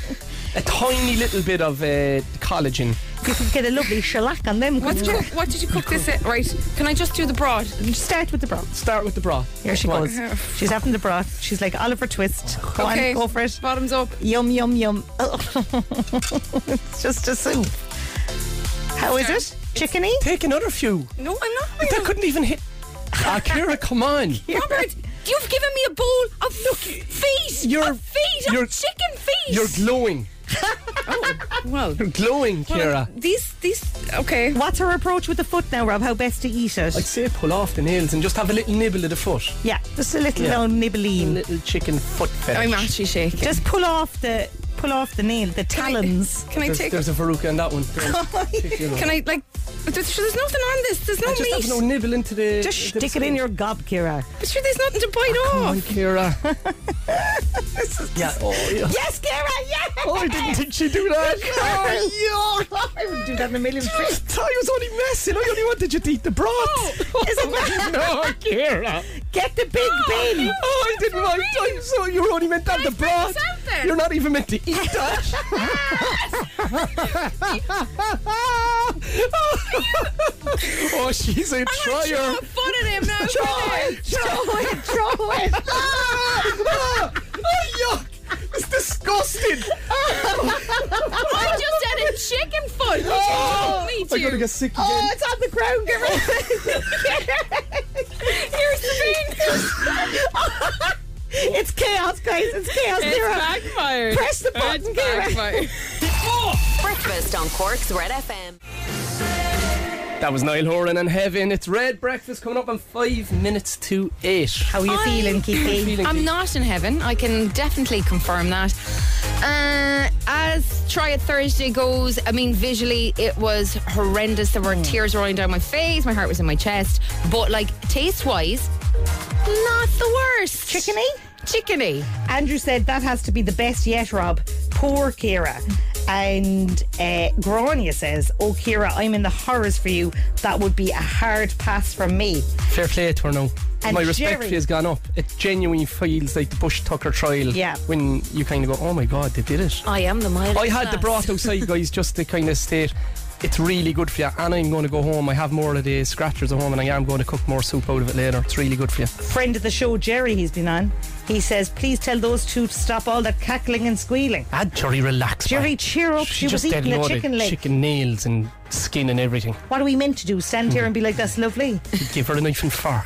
[SPEAKER 2] A tiny little bit of uh, collagen.
[SPEAKER 5] You could get a lovely shellac on them.
[SPEAKER 3] What's
[SPEAKER 5] couldn't you?
[SPEAKER 3] cook, what did you cook this at? Right. Can I just do the broth?
[SPEAKER 5] Start with the broth.
[SPEAKER 2] Start with the broth.
[SPEAKER 5] Here she
[SPEAKER 2] Come on.
[SPEAKER 5] goes. She's having the broth. She's like Oliver Twist. Go
[SPEAKER 3] okay.
[SPEAKER 5] on, go for it.
[SPEAKER 3] Bottoms up.
[SPEAKER 5] Yum, yum, yum. it's just a soup. How is it? Chickeny?
[SPEAKER 2] Take another few.
[SPEAKER 3] No, I'm not.
[SPEAKER 2] That couldn't even hit. Ah, Kira, come on.
[SPEAKER 3] Robert, you've given me a bowl of feet.
[SPEAKER 2] you're-
[SPEAKER 3] of feet.
[SPEAKER 2] you're-
[SPEAKER 3] of chicken feet.
[SPEAKER 2] You're glowing.
[SPEAKER 3] Oh, well,
[SPEAKER 2] You're glowing, Kira.
[SPEAKER 3] these these okay.
[SPEAKER 5] What's her approach with the foot now, Rob? How best to eat it?
[SPEAKER 2] I'd say pull off the nails and just have a little nibble of the foot.
[SPEAKER 5] yeah, just a little
[SPEAKER 2] Yeah.
[SPEAKER 5] down
[SPEAKER 2] A
[SPEAKER 5] nibbling.
[SPEAKER 2] little chicken foot fetish.
[SPEAKER 3] I'm actually shaking.
[SPEAKER 5] Just pull off the pull off the nail, the talons.
[SPEAKER 3] Can I
[SPEAKER 2] there's,
[SPEAKER 3] take?
[SPEAKER 2] there's a veruca on that one.
[SPEAKER 3] Can I like? There's, sure, there's nothing on this. There's no
[SPEAKER 2] just
[SPEAKER 3] meat.
[SPEAKER 2] have no nibble into the.
[SPEAKER 5] Just
[SPEAKER 2] into the
[SPEAKER 5] stick it in
[SPEAKER 2] spoon.
[SPEAKER 5] your gob, Kira.
[SPEAKER 3] But sure, there's nothing to bite
[SPEAKER 2] Come
[SPEAKER 3] off.
[SPEAKER 2] on, Kira. yeah. Oh, yeah.
[SPEAKER 5] Yes, Kira, yes!
[SPEAKER 2] I didn't think she'd do that.
[SPEAKER 5] I would do that in a million
[SPEAKER 2] I
[SPEAKER 5] tricks.
[SPEAKER 2] was only messing. I only wanted you to eat the broth. Oh,
[SPEAKER 5] Is it not?
[SPEAKER 2] no, Kira.
[SPEAKER 5] Get the big bin.
[SPEAKER 2] Oh, I didn't want time. So you were only meant to have the broth.
[SPEAKER 3] something.
[SPEAKER 2] You're not even meant to eat that. oh, she's a trier.
[SPEAKER 3] Fun at him now.
[SPEAKER 2] Joy! Joy! Joy! ah, oh, yuck! It's disgusting!
[SPEAKER 3] I just had a chicken foot.
[SPEAKER 2] Oh,
[SPEAKER 3] meat.
[SPEAKER 2] I'm going to get sick again.
[SPEAKER 5] Oh, it's on the ground. Give
[SPEAKER 4] Here's the
[SPEAKER 5] It's chaos, guys. It's chaos.
[SPEAKER 4] It's
[SPEAKER 5] Kira.
[SPEAKER 4] backfired.
[SPEAKER 5] Press the button,
[SPEAKER 4] It's
[SPEAKER 5] Kira.
[SPEAKER 4] backfired.
[SPEAKER 1] Breakfast on Cork's Red FM.
[SPEAKER 2] That was Niall Horan and Heaven. It's Red Breakfast coming up in five minutes to eight. How
[SPEAKER 5] are you feeling, Kiki?
[SPEAKER 2] feeling,
[SPEAKER 4] I'm
[SPEAKER 2] Kiki?
[SPEAKER 4] not in heaven. I can definitely confirm that. Uh, as Try It Thursday goes, I mean, visually, it was horrendous. There were tears rolling down my face. My heart was in my chest. But, like, taste wise, not the worst.
[SPEAKER 5] Chickeny?
[SPEAKER 4] Chickeny.
[SPEAKER 5] Andrew said that has to be the best yet, Rob. Poor Kira. And uh, Grania says, Oh, Kira, I'm in the horrors for you. That would be a hard pass from me.
[SPEAKER 2] Fair play to her now.
[SPEAKER 5] And
[SPEAKER 2] My respect
[SPEAKER 5] Jerry-
[SPEAKER 2] for you has gone up. It genuinely feels like the Bush Tucker trial.
[SPEAKER 5] Yeah.
[SPEAKER 2] When you kind of go, oh my god, they did it.
[SPEAKER 4] I am the mild.
[SPEAKER 2] I had the
[SPEAKER 4] class.
[SPEAKER 2] broth outside, guys, just to kind of state it's really good for you. And I'm going to go home. I have more of the scratchers at home, and I am going to cook more soup out of it later. It's really good for you.
[SPEAKER 5] Friend of the show, Jerry, he's been on. He says, Please tell those two to stop all that cackling and squealing.
[SPEAKER 2] Ah, Jerry, relax.
[SPEAKER 5] Jerry,
[SPEAKER 2] man.
[SPEAKER 5] cheer up. She was
[SPEAKER 2] just
[SPEAKER 5] eating
[SPEAKER 2] had
[SPEAKER 5] a
[SPEAKER 2] load of
[SPEAKER 5] chicken leg.
[SPEAKER 2] chicken nails and skin and everything.
[SPEAKER 5] What are we meant to do? Stand here and be like, That's lovely.
[SPEAKER 2] Give her a knife and fork.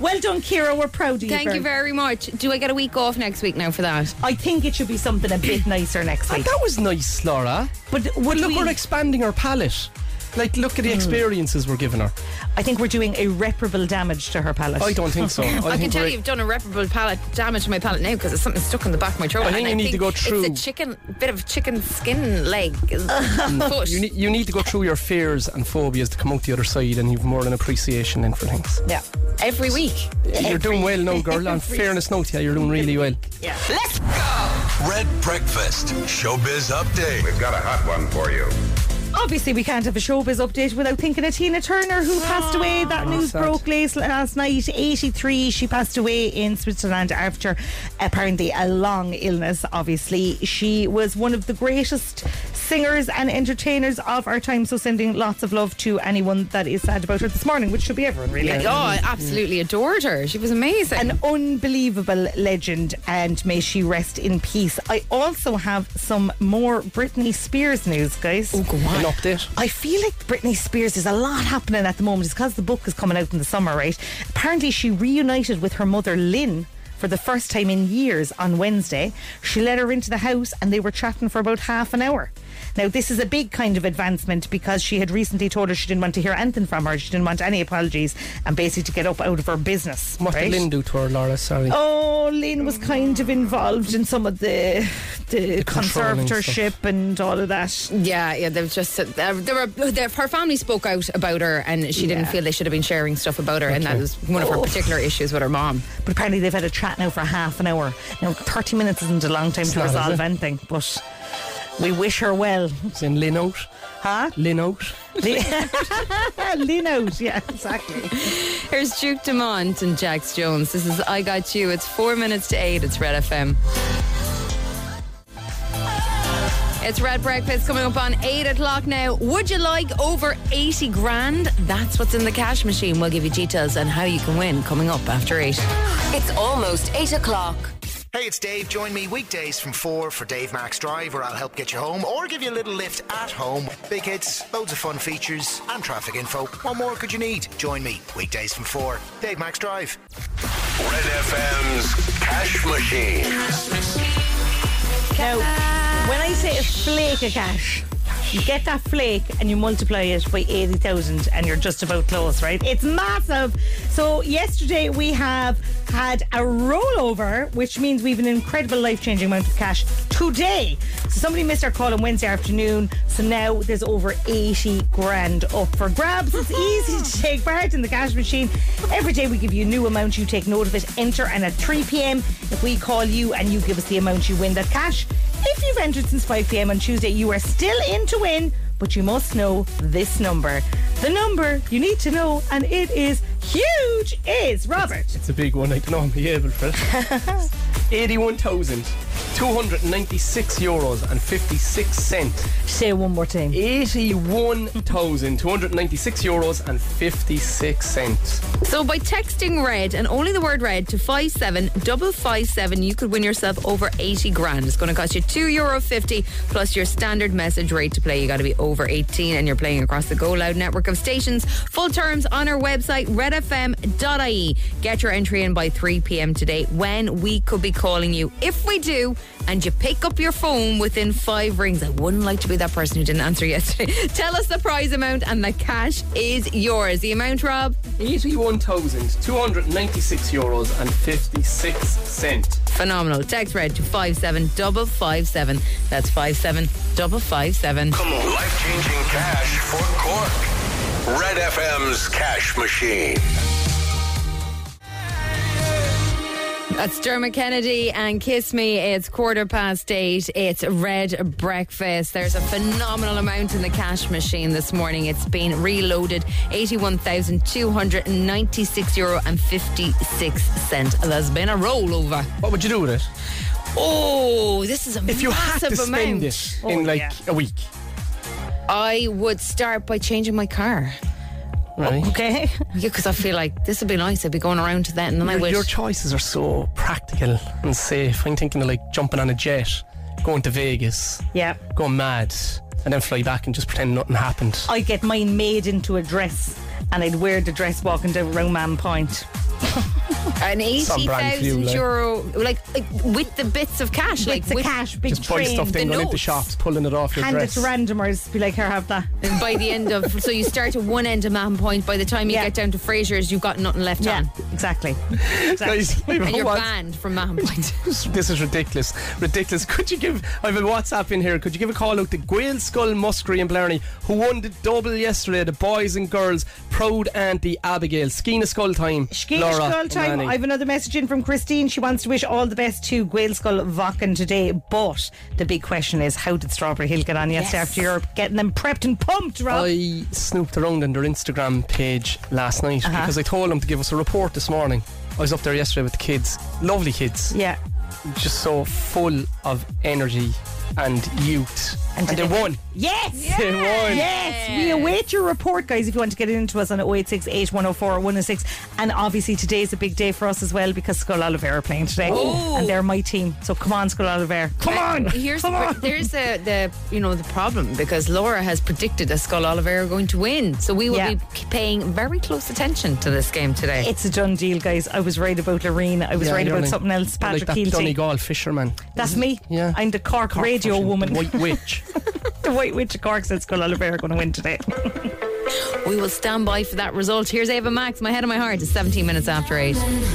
[SPEAKER 5] well done, Kira. We're proud of you.
[SPEAKER 4] Thank you
[SPEAKER 5] girl.
[SPEAKER 4] very much. Do I get a week off next week now for that?
[SPEAKER 5] I think it should be something a bit nicer next
[SPEAKER 2] Ah,
[SPEAKER 5] week.
[SPEAKER 2] that was nice, Laura.
[SPEAKER 5] But
[SPEAKER 2] But
[SPEAKER 5] would
[SPEAKER 2] look,
[SPEAKER 5] we- Hmm.
[SPEAKER 2] we're expanding our palette. Like, look at the experiences we're giving her.
[SPEAKER 5] I think we're doing irreparable damage to her palace.
[SPEAKER 2] I don't think so. I,
[SPEAKER 4] I, can
[SPEAKER 2] think
[SPEAKER 4] tell
[SPEAKER 2] we're-
[SPEAKER 4] you, I've done irreparable palate damage to my palate now because there's something stuck in the back of my throat.
[SPEAKER 2] I think
[SPEAKER 4] and
[SPEAKER 2] you need to go through-
[SPEAKER 4] It's a chicken, bit of chicken skin leg. foot.
[SPEAKER 2] You, need, you need to go through your fears and phobias to come out the other side, and you've more an appreciation in for things.
[SPEAKER 5] Yeah.
[SPEAKER 4] every week.
[SPEAKER 2] You're doing well now, girl. On fairness note, yeah, you're doing really well.
[SPEAKER 1] Let's
[SPEAKER 7] Red Breakfast Showbiz Update. We've got a hot one for you.
[SPEAKER 5] Obviously, we can't have a showbiz update without thinking of Tina Turner, who passed
[SPEAKER 4] Ah.
[SPEAKER 5] away. That news
[SPEAKER 2] sad.
[SPEAKER 5] broke late last night. 83, she passed away in Switzerland after apparently a long illness, obviously. She was one of the greatest singers and entertainers of our time, so sending lots of love to anyone that is sad about her this morning, which should be everyone, really.
[SPEAKER 4] Oh, I absolutely adored her. She was amazing.
[SPEAKER 5] an unbelievable legend and may she rest in peace. I also have some more Britney Spears news, guys.
[SPEAKER 4] go
[SPEAKER 2] An update.
[SPEAKER 5] I feel like Britney Spears there's a lot happening at the moment. It's because the book is coming out in the summer, right? Apparently, she reunited with her mother, Lynn. For the first time in years on Wednesday, she let her into the house and they were chatting for about half an hour. Now, this is a big kind of advancement because she had recently told her she didn't want to hear anything from her. She didn't want any apologies and basically to get up out of her business.
[SPEAKER 2] What
[SPEAKER 5] right?
[SPEAKER 2] did Lynn do to her, Laura? Sorry.
[SPEAKER 5] Oh, Lynn was kind of involved in some of the the,
[SPEAKER 2] controlling
[SPEAKER 5] conservatorship and all of that.
[SPEAKER 4] Yeah, yeah. They've just uh, there were there, her family spoke out about her, and she didn't
[SPEAKER 5] Yeah.
[SPEAKER 4] feel they should have been sharing stuff about her, and that was one of her
[SPEAKER 5] Oh.
[SPEAKER 4] particular issues with her mom.
[SPEAKER 5] But apparently they've had a chat now for half an hour. Now, 30 minutes isn't a long time to
[SPEAKER 2] not, is
[SPEAKER 5] resolve
[SPEAKER 2] it?
[SPEAKER 5] anything, but we wish her well.
[SPEAKER 2] Saying Lynn out.
[SPEAKER 5] Huh?
[SPEAKER 2] Lynn out.
[SPEAKER 5] Lean out. Yeah, exactly.
[SPEAKER 4] Here's Duke Dumont and Jax Jones. This is I Got You. It's four minutes to eight. It's Red FM. It's Red Breakfast coming up on 8 o'clock now. Would you like over 80 grand? That's what's in the cash machine. We'll give you details on how you can win coming up after 8.
[SPEAKER 1] It's almost eight o'clock.
[SPEAKER 13] Hey, it's Dave. Join me weekdays from 4 for Dave Max Drive, where I'll help get you home or give you a little lift at home. Big hits, loads of fun features, and traffic info. What more could you need? Join me weekdays from 4. Dave Max Drive.
[SPEAKER 7] Red FM's Cash Machine.
[SPEAKER 5] Now, when I say a flake of cash, you get that flake and you multiply it by 80,000 and you're just about close, right? It's massive. So, yesterday we have had a rollover, which means we have an incredible life changing amount of cash today. So, somebody missed our call on Wednesday afternoon. So, now there's over 80 grand up for grabs. It's easy to take part in the cash machine. Every day we give you a new amount, you take note of it, enter, and at 3 pm, if we call you and you give us the amount, you win that cash. If you've entered since 5 pm on Tuesday, you are still in to win, but you must know this number. The number you need to know, and it is huge, is Robert.
[SPEAKER 2] It's a big one. I don't know I'm able for it. 81,000. 296 euros and 56 cents.
[SPEAKER 5] Say one more time.
[SPEAKER 2] 81,296 euros and 56 cents.
[SPEAKER 4] So by texting red and only the word red to 57557, you could win yourself over 80 grand. It's going to cost you €2.50 plus your standard message rate to play. You got to be over 18 and you're playing across the Go Loud network of stations. Full terms on our website, redfm.ie. Get your entry in by 3 p.m. today when we could be calling you. If we do, and you pick up your phone within five rings, I wouldn't like to be that person who didn't answer yesterday. Tell us the prize amount and the cash is yours. The amount, Rob?
[SPEAKER 2] 81,296 euros and 56 cents.
[SPEAKER 4] Phenomenal. Text red to 57557. That's 57557.
[SPEAKER 7] Come on. Life changing cash for Cork. Red FM's cash machine.
[SPEAKER 4] That's Dermot Kennedy and Kiss Me. It's quarter past eight. It's Red Breakfast. There's a phenomenal amount in the cash machine this morning. It's been reloaded. 81,296 euro and 56 cent. There's been a rollover.
[SPEAKER 2] What would you do with it?
[SPEAKER 4] Oh, this is a
[SPEAKER 2] If you had to
[SPEAKER 4] massive
[SPEAKER 2] spend
[SPEAKER 4] amount.
[SPEAKER 2] it
[SPEAKER 5] Oh,
[SPEAKER 2] in like a week.
[SPEAKER 4] I would start by changing my car.
[SPEAKER 2] Right.
[SPEAKER 5] Okay.
[SPEAKER 4] Yeah, because I feel like this would be nice. I'd be going around to that, and then I
[SPEAKER 5] Oh,
[SPEAKER 2] Your,
[SPEAKER 4] would.
[SPEAKER 2] your choices are so practical and safe. I'm thinking of like jumping on a jet, going to Vegas,
[SPEAKER 5] yeah,
[SPEAKER 2] going mad, and then fly back and just pretend nothing happened.
[SPEAKER 5] I'd get mine made into a dress and I'd wear the dress walking down Roman Point.
[SPEAKER 4] an eighty
[SPEAKER 5] Some brand few,
[SPEAKER 4] thousand
[SPEAKER 5] like.
[SPEAKER 4] euro, like, like with the bits of cash, like
[SPEAKER 5] the cash, big
[SPEAKER 2] just buy
[SPEAKER 5] train,
[SPEAKER 2] stuff, then
[SPEAKER 5] the
[SPEAKER 2] going into
[SPEAKER 5] notes.
[SPEAKER 2] shops, pulling it off your
[SPEAKER 5] Hand
[SPEAKER 2] dress.
[SPEAKER 5] it to randomers, be like, here, have that.
[SPEAKER 4] And by the end of, so you start at one end of Mahon Point. By the time you get down to Fraser's, you've got nothing left on.
[SPEAKER 5] Exactly.
[SPEAKER 2] Guys, I have a
[SPEAKER 4] and you're
[SPEAKER 2] Whats-
[SPEAKER 4] banned from Mahon Point.
[SPEAKER 2] this is ridiculous. Ridiculous. Could you give, I have a WhatsApp in here, could you give a call out to Gael Skull Muskery and Blarney, who won the double yesterday, the boys and girls, proud auntie Abigail. Skeena Skull time.
[SPEAKER 5] Gaelish
[SPEAKER 2] Laura
[SPEAKER 5] Skull time.
[SPEAKER 2] O'Mahony.
[SPEAKER 5] I have another message in from Christine. She wants to wish all the best to Gael Skull Vakken today. But the big question is, how did Strawberry Hill get on yesterday
[SPEAKER 2] Yes.
[SPEAKER 5] after you're getting them prepped and pumped, Rob?
[SPEAKER 2] I snooped around on their Instagram page last night
[SPEAKER 5] Uh-huh.
[SPEAKER 2] because I told them to give us a report this morning. I was up there yesterday with the kids, lovely kids.
[SPEAKER 5] Yeah.
[SPEAKER 2] Just so full of energy and youth. And, they won.
[SPEAKER 5] Yes!
[SPEAKER 2] They won.
[SPEAKER 5] Yes! We await your report, guys, if you want to get it into us on 086 8104 106. And obviously, today's a big day for us as well because Skull Oliver are playing today.
[SPEAKER 4] Oh.
[SPEAKER 5] And they're my team. So come on, Skull Oliver. Come on!
[SPEAKER 4] Uh, Here's the, pr- there's the, the you know the problem because Laura has predicted that Skull Oliver are going to win, so we will
[SPEAKER 5] Yeah.
[SPEAKER 4] be k- paying very close attention to this game today.
[SPEAKER 5] It's a done deal, guys. I was right about Lorene. I was
[SPEAKER 2] Yeah,
[SPEAKER 5] right
[SPEAKER 2] you're
[SPEAKER 5] about
[SPEAKER 2] like-
[SPEAKER 5] something else.
[SPEAKER 2] you're
[SPEAKER 5] Patrick
[SPEAKER 2] like that
[SPEAKER 5] Keelty.
[SPEAKER 2] Donegal fisherman.
[SPEAKER 5] That's me. Yeah. I'm the Cork, radio woman. White
[SPEAKER 2] Witch.
[SPEAKER 5] the White Witch of Cork says Skull Oliver are going to win today.
[SPEAKER 4] We will stand by for that result. Here's Ava Max, my head and my heart. It's 17 minutes after eight.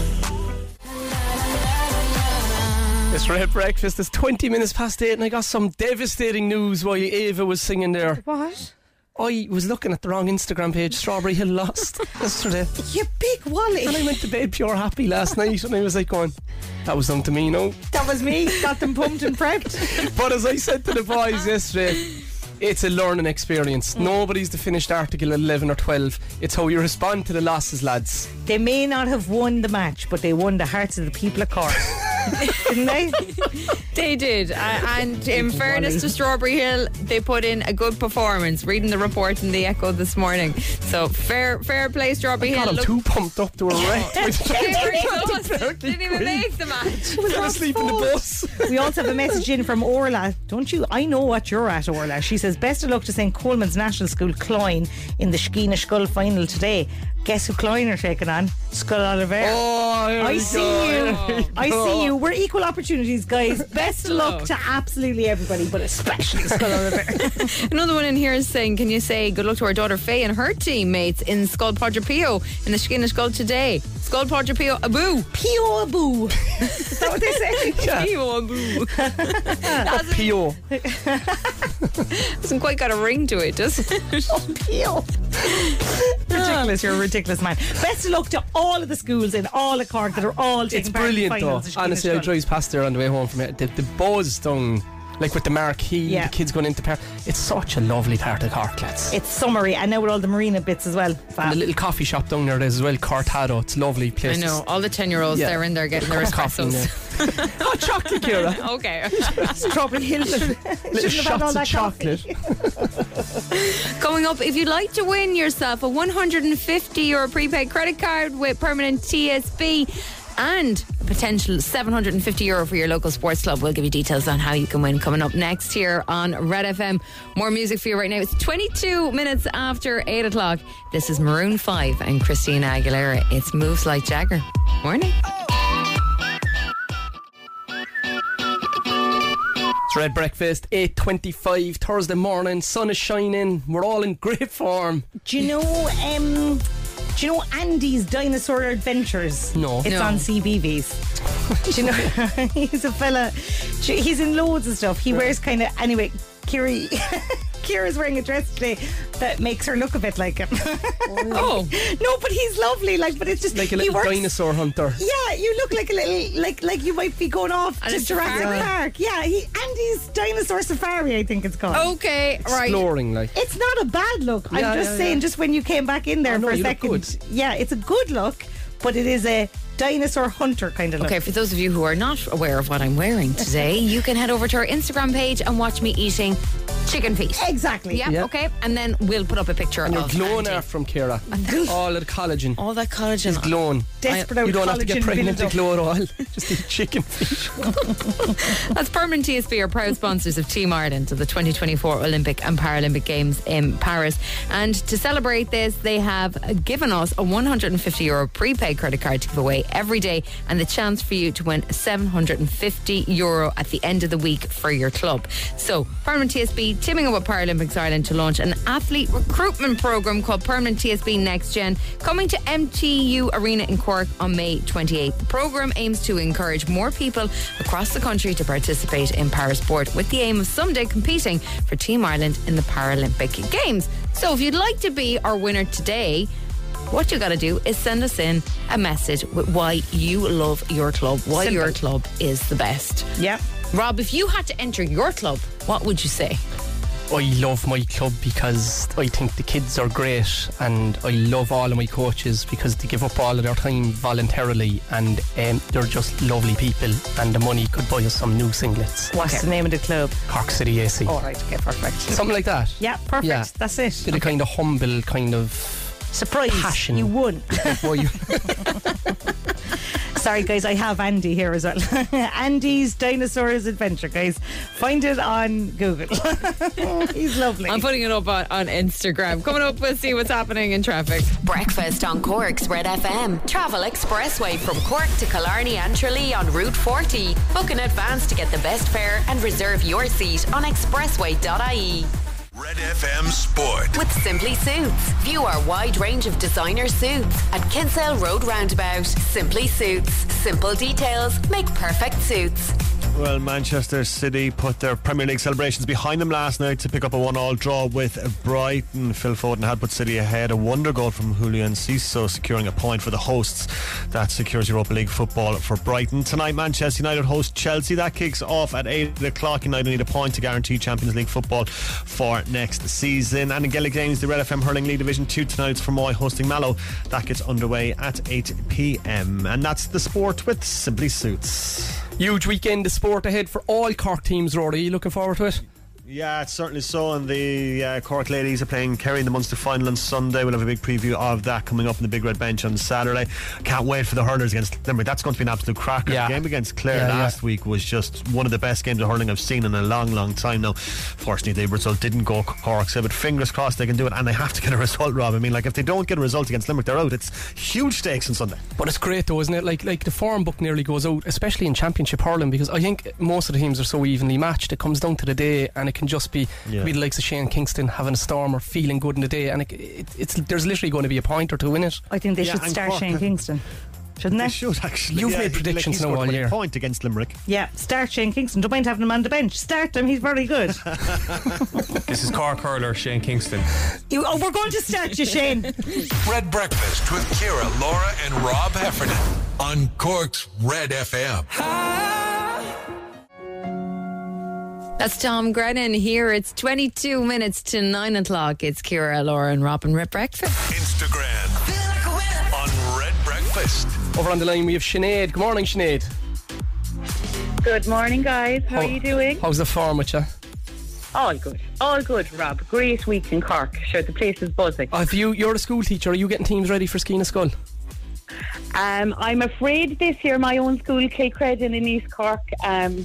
[SPEAKER 2] It's Red Breakfast. It's 20 minutes past 8 and I got some devastating news while Ava was singing there.
[SPEAKER 5] What?
[SPEAKER 2] I was looking at the wrong Instagram page. Strawberry Hill lost yesterday.
[SPEAKER 5] You big Wally.
[SPEAKER 2] And I went to bed pure happy last night and I was like going, that was done to me, you know.
[SPEAKER 5] That was me. Got them pumped and prepped.
[SPEAKER 2] But as I said to the boys yesterday, it's a learning experience.
[SPEAKER 5] Mm.
[SPEAKER 2] Nobody's the finished article 11 or 12. It's how you respond to the losses, lads.
[SPEAKER 5] They may not have won the match, but they won the hearts of the people of Cork. Didn't they?
[SPEAKER 4] They did. Uh, and in fairness to Strawberry Hill, they put in a good performance. Reading the report in the Echo this morning, so fair, fair play, Strawberry Hill.
[SPEAKER 2] God, I'm
[SPEAKER 4] Look-
[SPEAKER 2] too pumped up to a wreck.
[SPEAKER 4] They were exhausted. Didn't even make the match.
[SPEAKER 2] Fell asleep in the bus.
[SPEAKER 5] we also have a message in from Orla. Don't you? I know what you're at, Orla. She says, Best of luck to St. Coleman's National School, Cloyne, in the Skeena Skull final today. Guess who Cloyne are taking on? Skull Oliver.
[SPEAKER 2] Oh, here
[SPEAKER 5] I
[SPEAKER 2] we
[SPEAKER 5] see
[SPEAKER 2] go. Here
[SPEAKER 5] you.
[SPEAKER 2] we
[SPEAKER 5] I
[SPEAKER 2] go.
[SPEAKER 5] see you. We're equal opportunities, guys. Best of luck to absolutely everybody, but especially Skull Oliver.
[SPEAKER 4] Another one in here is saying, "Can you say good luck to our daughter Faye and her teammates in Skull Pio in the Skinnish Skull today? Skull Pio Abu,
[SPEAKER 5] Pio Abu. Is that what they say?
[SPEAKER 4] Yeah. Pio Abu.
[SPEAKER 2] Pio.
[SPEAKER 4] Hasn't quite got a ring to it, does it?
[SPEAKER 5] oh, Pio. ridiculous. You're a ridiculous man. Best of luck to all of the schools in all of Cork that are all taking
[SPEAKER 2] It's
[SPEAKER 5] part in the
[SPEAKER 2] brilliant though.
[SPEAKER 5] finals. It's
[SPEAKER 2] Honestly, I
[SPEAKER 5] brilliant.
[SPEAKER 2] drives past there on the way home from it. The, the buzz done, like with the marquee,
[SPEAKER 5] Yeah.
[SPEAKER 2] the kids going into part. It's such a lovely part of Cork, lads.
[SPEAKER 5] It's summery. I know with all the marina bits as well.
[SPEAKER 2] And
[SPEAKER 5] Fab.
[SPEAKER 2] the little coffee shop down there is as well, Cortado. It's a lovely
[SPEAKER 4] I
[SPEAKER 2] place.
[SPEAKER 4] know all the ten-year-olds
[SPEAKER 2] Yeah.
[SPEAKER 4] they're in there getting their
[SPEAKER 2] Cup of coffee in
[SPEAKER 4] espressos.
[SPEAKER 2] Hot chocolate, Kira.
[SPEAKER 4] okay.
[SPEAKER 5] Strawberry Hill. Shouldn't
[SPEAKER 2] Little
[SPEAKER 5] have had all
[SPEAKER 2] shots of
[SPEAKER 5] that
[SPEAKER 2] chocolate.
[SPEAKER 4] Coming up, if you'd like to win yourself a 150 euro prepaid credit card with permanent TSB and a potential 750 euro for your local sports club, we'll give you details on how you can win coming up next here on Red FM. More music for you right now. It's 22 minutes after 8 o'clock. This is Maroon 5 and Christina Aguilera. It's Moves Like Jagger. Morning.
[SPEAKER 2] It's Red Breakfast, 8.25, Thursday morning, sun is shining, we're all in great form.
[SPEAKER 5] Do you know? Um, do you know Andy's Dinosaur Adventures?
[SPEAKER 2] No.
[SPEAKER 5] it's
[SPEAKER 2] No.
[SPEAKER 5] on CBBS. do you know? he's a fella. do you- He's in loads of stuff. He wears kind of anyway. Kiri. Kira's wearing a dress today that makes her look a bit like him.
[SPEAKER 2] Oh.
[SPEAKER 5] no, but he's lovely. Like, but it's just
[SPEAKER 2] Like a
[SPEAKER 5] he
[SPEAKER 2] little
[SPEAKER 5] works-
[SPEAKER 2] dinosaur hunter.
[SPEAKER 5] Yeah, you look like a little like like you might be going off
[SPEAKER 4] On
[SPEAKER 5] to
[SPEAKER 4] a
[SPEAKER 5] Jurassic
[SPEAKER 4] safari?
[SPEAKER 5] Park. Yeah, he Andy's Dinosaur Safari, I think it's called.
[SPEAKER 4] Okay, right.
[SPEAKER 2] Exploring, like.
[SPEAKER 5] It's not a bad look.
[SPEAKER 2] Yeah,
[SPEAKER 5] I'm just
[SPEAKER 2] yeah,
[SPEAKER 5] saying,
[SPEAKER 2] yeah.
[SPEAKER 5] just when you came back in there
[SPEAKER 2] Oh, no,
[SPEAKER 5] for a
[SPEAKER 2] you look
[SPEAKER 5] second.
[SPEAKER 2] good.
[SPEAKER 5] Yeah, it's a good look, but it is a dinosaur hunter kind of look.
[SPEAKER 4] Okay, for those of you who are not aware of what I'm wearing today, you can head over to our Instagram page and watch me eating chicken feet.
[SPEAKER 5] Exactly.
[SPEAKER 4] Yeah,
[SPEAKER 2] Yeah.
[SPEAKER 4] okay. And then we'll put up a picture
[SPEAKER 2] And you're
[SPEAKER 4] of
[SPEAKER 2] glowing
[SPEAKER 4] Andy.
[SPEAKER 2] off from Kira. all of the collagen.
[SPEAKER 4] all that collagen.
[SPEAKER 2] She's glowing.
[SPEAKER 5] Desperate
[SPEAKER 2] You don't have to
[SPEAKER 5] collagen
[SPEAKER 2] get pregnant to
[SPEAKER 5] build-up.
[SPEAKER 2] glow at all. Just eat chicken feet.
[SPEAKER 4] That's Permanent TSB are proud sponsors of Team Ireland to the 2024 Olympic and Paralympic Games in Paris. And to celebrate this, they have given us a 150 euro prepaid credit card to give away every day and the chance for you to win 750 euro at the end of the week for your club. So, Permanent TSB teaming up with Paralympics Ireland to launch an athlete recruitment program called Permanent TSB Next Gen, coming to MTU Arena in Cork on May 28th. The program aims to encourage more people across the country to participate in para sport with the aim of someday competing for Team Ireland in the Paralympic Games. So if you'd like to be our winner today, what you got to do is send us in a message with why you love your club, why
[SPEAKER 5] Simple.
[SPEAKER 4] your club is the best.
[SPEAKER 5] Yeah.
[SPEAKER 4] Rob, if you had to enter your club, what would you say?
[SPEAKER 2] I love my club because I think the kids are great, and I love all of my coaches because they give up all of their time voluntarily, and um, they're just lovely people. And the money could buy us some new singlets.
[SPEAKER 5] What's the name of the club?
[SPEAKER 2] Cork City AC,
[SPEAKER 5] All right. Okay. Perfect.
[SPEAKER 2] something like that.
[SPEAKER 5] yeah. Perfect.
[SPEAKER 2] Yeah.
[SPEAKER 5] That's
[SPEAKER 2] Bit
[SPEAKER 5] it.
[SPEAKER 2] of kind of humble, kind of.
[SPEAKER 5] Surprise!
[SPEAKER 2] Passion.
[SPEAKER 5] You won.
[SPEAKER 2] Well, you,
[SPEAKER 5] Sorry, guys, I have Andy here as well. Andy's Dinosaurs Adventure, guys. Find it on Google. He's lovely.
[SPEAKER 4] I'm putting it up on, on Instagram. Coming up, we'll see what's happening in traffic.
[SPEAKER 1] Breakfast on Cork's Red FM. Travel expressway from Cork to Killarney and Tralee on Route 40. Book in advance to get the best fare and reserve your seat on expressway.ie.
[SPEAKER 7] Red FM Sport.
[SPEAKER 1] E. With Simply Suits, view our wide range of designer suits at Kinsale Road Roundabout. Simply Suits, simple details make perfect suits.
[SPEAKER 11] Well, Manchester City put their Premier League celebrations behind them last night to pick up a one-all draw with Brighton. Phil Foden had put City ahead. A wonder goal from Julian Ciso securing a point for the hosts. That secures Europa League football for Brighton. Tonight, Manchester United host Chelsea. That kicks off at 8 o'clock. United need a point to guarantee Champions League football for next season. And in Gaelic Games, the Red FM Hurling League Division 2 tonight. It's Fermoy hosting Mallow. That gets underway at 8 p.m. And that's the sport with Simply Suits.
[SPEAKER 2] huge weekend of sport ahead for all Cork teams, Rory. Are you looking forward to it?
[SPEAKER 11] Yeah, it's certainly so. And the uh, Cork ladies are playing Kerry in the Munster final on Sunday. We'll have a big preview of that coming up in the Big Red Bench on Saturday. Can't wait for the hurlers against Limerick. That's going to be an absolute cracker.
[SPEAKER 2] Yeah.
[SPEAKER 11] The game against Clare
[SPEAKER 2] Yeah,
[SPEAKER 11] last week was just one of the best games of hurling I've seen in a long, long time now. Fortunately, the result didn't go Cork, so but fingers crossed they can do it. And they have to get a result, Rob. I mean, like if they don't get a result against Limerick, they're out. It's huge stakes on Sunday.
[SPEAKER 2] But it's great though, isn't it? Like like the form book nearly goes out, especially in Championship hurling, because I think most of the teams are so evenly matched. It comes down to the day, and it can just be
[SPEAKER 11] Yeah.
[SPEAKER 2] be the likes of Shane Kingston having a storm or feeling good in the day, and it, it, it's there's literally going to be a point or two in it.
[SPEAKER 5] I think they
[SPEAKER 11] Yeah,
[SPEAKER 5] should
[SPEAKER 11] and
[SPEAKER 5] start
[SPEAKER 11] Cork
[SPEAKER 5] Shane
[SPEAKER 11] have-
[SPEAKER 5] Kingston, shouldn't
[SPEAKER 11] They
[SPEAKER 5] they?
[SPEAKER 11] should actually.
[SPEAKER 2] You've
[SPEAKER 11] yeah,
[SPEAKER 2] made
[SPEAKER 11] like, he
[SPEAKER 2] predictions now
[SPEAKER 11] scored
[SPEAKER 2] all
[SPEAKER 11] a
[SPEAKER 2] year.
[SPEAKER 11] Point against Limerick.
[SPEAKER 5] Yeah, start Shane Kingston. Don't mind having him on the bench. Start him. He's very good.
[SPEAKER 14] This is Cork hurler Shane Kingston.
[SPEAKER 5] you, oh, we're going to start you, Shane.
[SPEAKER 7] Red Breakfast with Kira, Laura, and Rob Heffernan on Cork's Red FM.
[SPEAKER 4] That's Tom Grennan here. It's 22 minutes to 9 o'clock. It's Kira, Laura, and Robin Rip Breakfast.
[SPEAKER 7] Instagram on Red Breakfast.
[SPEAKER 2] Over on the line we have Sinead. Good morning, Sinead.
[SPEAKER 15] Good morning, guys. How, are you doing?
[SPEAKER 2] How's the form with you?
[SPEAKER 15] Oh, All good. All good, Rob. Great week in Cork. Sure, the place is buzzing.
[SPEAKER 2] Have you? You're a school teacher. Are you getting teams ready for skiing a skull?
[SPEAKER 15] Um, I'm afraid this year my own school, Kilcredin in East Cork, um,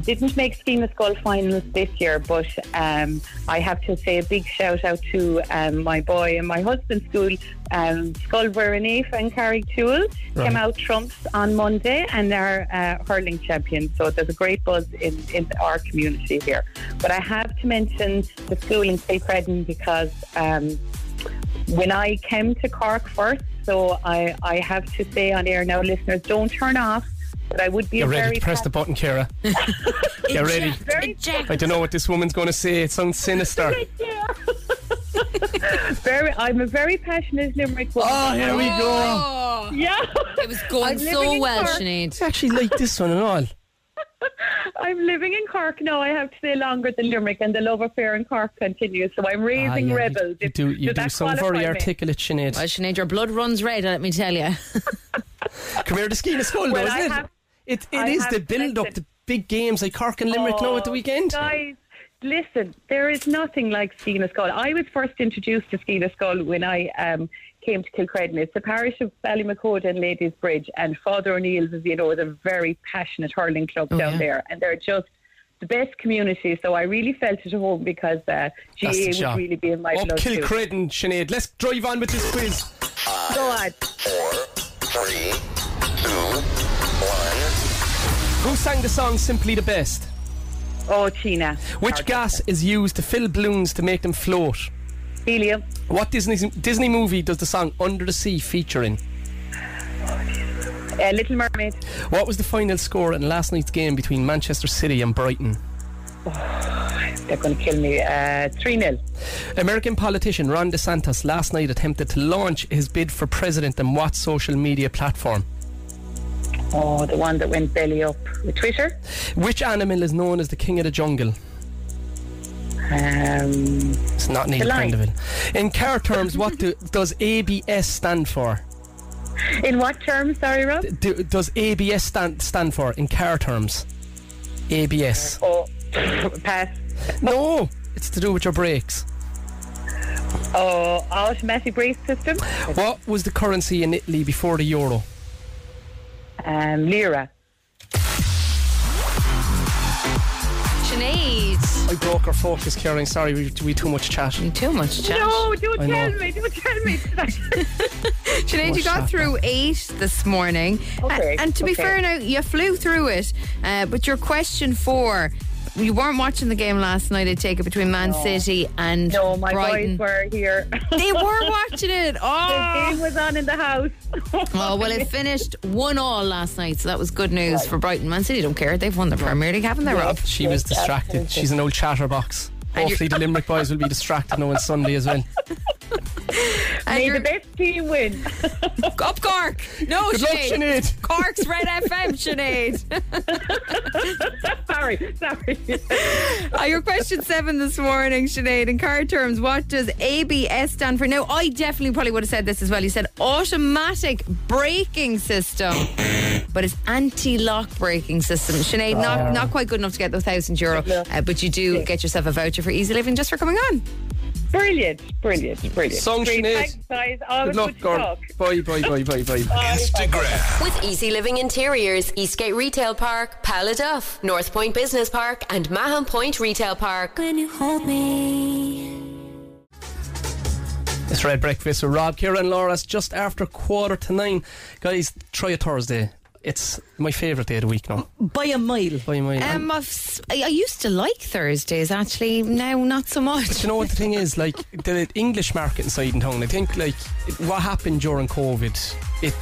[SPEAKER 15] didn't make Schema Skull finals this year, but um, I have to say a big shout out to um, my boy and my husband's school, um, Skull Veronife and Carrie Toole,
[SPEAKER 10] Right.
[SPEAKER 15] came out trumps on Monday and are uh, hurling champions. So there's a great buzz in, in our community here. But I have to mention the school in Kilcredin because um, when I came to Cork first, so I, I have to say on air now, listeners, don't turn off. But I would be
[SPEAKER 2] You're
[SPEAKER 15] a
[SPEAKER 2] ready
[SPEAKER 15] very
[SPEAKER 2] to press the button, Kira. You're ready. I don't know what this woman's going to say. It sounds sinister.
[SPEAKER 15] very, I'm a very passionate Limerick woman.
[SPEAKER 9] Ah,
[SPEAKER 2] Oh, here we
[SPEAKER 4] go.
[SPEAKER 15] Yeah.
[SPEAKER 4] Oh, It was going
[SPEAKER 15] I'm living
[SPEAKER 4] so
[SPEAKER 15] in
[SPEAKER 4] well,
[SPEAKER 15] Cork.
[SPEAKER 4] Sinead.
[SPEAKER 2] actually like this one and all.
[SPEAKER 15] I'm living in Cork now. I have to stay longer than Limerick, and the love affair in Cork continues. So I'm
[SPEAKER 2] Ah,
[SPEAKER 15] raising
[SPEAKER 2] yeah, you-
[SPEAKER 15] rebels.
[SPEAKER 2] You do, you do sound very articulate, Sinead.
[SPEAKER 4] Well, Sinead, your blood runs red, let me tell you.
[SPEAKER 2] Come here to skiing a skull,
[SPEAKER 4] Well,
[SPEAKER 2] though,
[SPEAKER 4] I
[SPEAKER 2] isn't
[SPEAKER 4] have-
[SPEAKER 2] it? It,
[SPEAKER 4] I
[SPEAKER 2] it is
[SPEAKER 4] have
[SPEAKER 2] the build up, the big games like Cork and Limerick now at the weekend.
[SPEAKER 15] Guys, listen, there is nothing like Skeena Skull. I was first introduced to Skeena Skull when I um, came to Kilcredin. It's the parish of Ballymacoda and Ladies Bridge, and Father O'Neill's, as you know, is a very passionate hurling club
[SPEAKER 2] Oh,
[SPEAKER 15] down there, and they're just the best community. So I really felt at home because uh,
[SPEAKER 2] That's the
[SPEAKER 15] GA would
[SPEAKER 2] job.
[SPEAKER 15] really be in my
[SPEAKER 2] Up
[SPEAKER 15] blood. too.
[SPEAKER 2] Kilcredin, Sinead. Let's drive on with this quiz.
[SPEAKER 15] Go on.
[SPEAKER 7] Three.
[SPEAKER 2] Who sang the song Simply the Best?
[SPEAKER 15] Oh, Tina.
[SPEAKER 2] Which gas is used to fill balloons to make them float?
[SPEAKER 15] Helium.
[SPEAKER 2] What Disney, Disney movie does the song Under the Sea feature in?
[SPEAKER 15] Uh, Little Mermaid.
[SPEAKER 2] What was the final score in last night's game between Manchester City and Brighton?
[SPEAKER 15] They're going to kill me. uh, 3 0.
[SPEAKER 2] American politician Ron DeSantis last night attempted to launch his bid for president on what social media platform?
[SPEAKER 15] Oh, the one that went belly up with Twitter.
[SPEAKER 2] Which animal is known as the king of the jungle?
[SPEAKER 15] Um,
[SPEAKER 2] it's not
[SPEAKER 15] the
[SPEAKER 2] Neil
[SPEAKER 15] lion.
[SPEAKER 2] Prendeville. In car terms, what do, does ABS stand for?
[SPEAKER 15] In what terms, sorry, Rob?
[SPEAKER 2] Do, does ABS stand stand for in car terms? ABS.
[SPEAKER 15] Oh, pass.
[SPEAKER 2] No, it's to do with your brakes.
[SPEAKER 15] Oh, automatic brake system.
[SPEAKER 2] What was the currency in Italy before the euro?
[SPEAKER 15] Um, lira.
[SPEAKER 4] Sinead.
[SPEAKER 2] I broke her focus, Karen. Sorry, we, we too much chat.
[SPEAKER 4] Too much chat.
[SPEAKER 15] No, don't
[SPEAKER 2] I know.
[SPEAKER 15] tell me. Don't tell me.
[SPEAKER 4] Sinead, you
[SPEAKER 2] What's
[SPEAKER 4] got
[SPEAKER 2] that
[SPEAKER 4] through eight this morning.
[SPEAKER 15] Okay,
[SPEAKER 4] A- and to be
[SPEAKER 15] okay.
[SPEAKER 4] fair now, you flew through it. Uh, but your question four, you weren't watching the game last night, I take it, between Man City and
[SPEAKER 15] No, Oh, my
[SPEAKER 4] Brighton.
[SPEAKER 15] boys were here.
[SPEAKER 4] They were watching it.
[SPEAKER 15] The
[SPEAKER 4] Oh.
[SPEAKER 15] game was on in the house.
[SPEAKER 4] Oh, well, it finished one all last night, so that was good news for Brighton. Man City don't care. They've won the Premier League, haven't they, Rob?
[SPEAKER 2] She was distracted. She's an old chatterbox.
[SPEAKER 4] And
[SPEAKER 2] Hopefully, the Limerick boys will be distracted now on Sunday as well.
[SPEAKER 15] May the best team win.
[SPEAKER 4] Up Cork. No,
[SPEAKER 2] Good luck,
[SPEAKER 4] Sinead.
[SPEAKER 2] Sinead.
[SPEAKER 4] Cork's Red FM, Sinead.
[SPEAKER 15] sorry, sorry.
[SPEAKER 4] Uh, your question seven this morning, Sinead. In car terms, what does ABS stand for? Now, I definitely probably would have said this as well. You said automatic braking system, but it's anti-lock braking system. Sinead,
[SPEAKER 15] Oh.
[SPEAKER 4] not, not quite good enough to get the thousand euro, uh, but you do get yourself a voucher for easy living just for coming on.
[SPEAKER 15] Brilliant, brilliant, brilliant.
[SPEAKER 2] Song
[SPEAKER 15] Great,
[SPEAKER 2] Sinead.
[SPEAKER 15] Thanks, guys. Always
[SPEAKER 2] Good
[SPEAKER 15] good,
[SPEAKER 2] luck,
[SPEAKER 15] to
[SPEAKER 2] girl.
[SPEAKER 15] talk.
[SPEAKER 2] Bye, bye, bye, bye, bye.
[SPEAKER 16] Instagram.
[SPEAKER 1] With Easy Living Interiors, Eastgate Retail Park, Paladuff, North Point Business Park, and Mahon Point Retail Park.
[SPEAKER 17] When you hold me.
[SPEAKER 2] It's Red Breakfast with Rob, Kira, and Laura's just after quarter to nine. Guys, try a Thursday. It's my favourite day of the week now.
[SPEAKER 3] By a mile.
[SPEAKER 2] By my
[SPEAKER 4] Um, I've, s- I I used to like Thursdays, actually. Now, not so
[SPEAKER 2] But
[SPEAKER 4] much.
[SPEAKER 2] you know what the thing is, like the English market inside in town. I think like it- what happened during COVID, it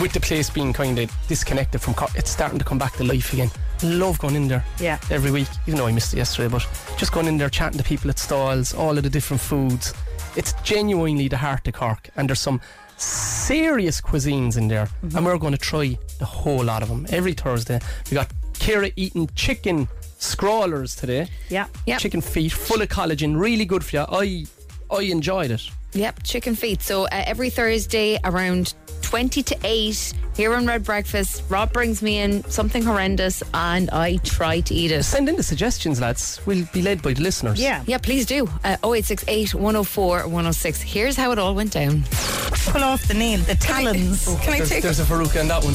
[SPEAKER 2] with the place being kind of disconnected from, co- it's starting to come back to life again. Love going in there
[SPEAKER 3] Yeah.
[SPEAKER 2] every week, even though I missed it yesterday. But just going in there, chatting to people at stalls, all of the different foods. It's genuinely the heart of Cork, and there's some serious cuisines in there, and we're going to try the whole lot of them every Thursday. We got Kira eating chicken scrawlers today
[SPEAKER 3] Yeah.
[SPEAKER 4] Yep.
[SPEAKER 2] chicken feet, full of collagen, really good for you. I I enjoyed it.
[SPEAKER 4] Yep, chicken feet. So uh, every Thursday around 20 to 8 here on Red Breakfast. Rob brings me in something horrendous and I try to eat it.
[SPEAKER 2] Send in the suggestions, lads. We'll be led by the listeners.
[SPEAKER 4] Yeah, please do. Uh, 0868 104 106. Here's how it all went down.
[SPEAKER 5] Pull off the nail, the talons.
[SPEAKER 4] Can I
[SPEAKER 2] there's,
[SPEAKER 4] take-
[SPEAKER 2] there's a Faruka in that one.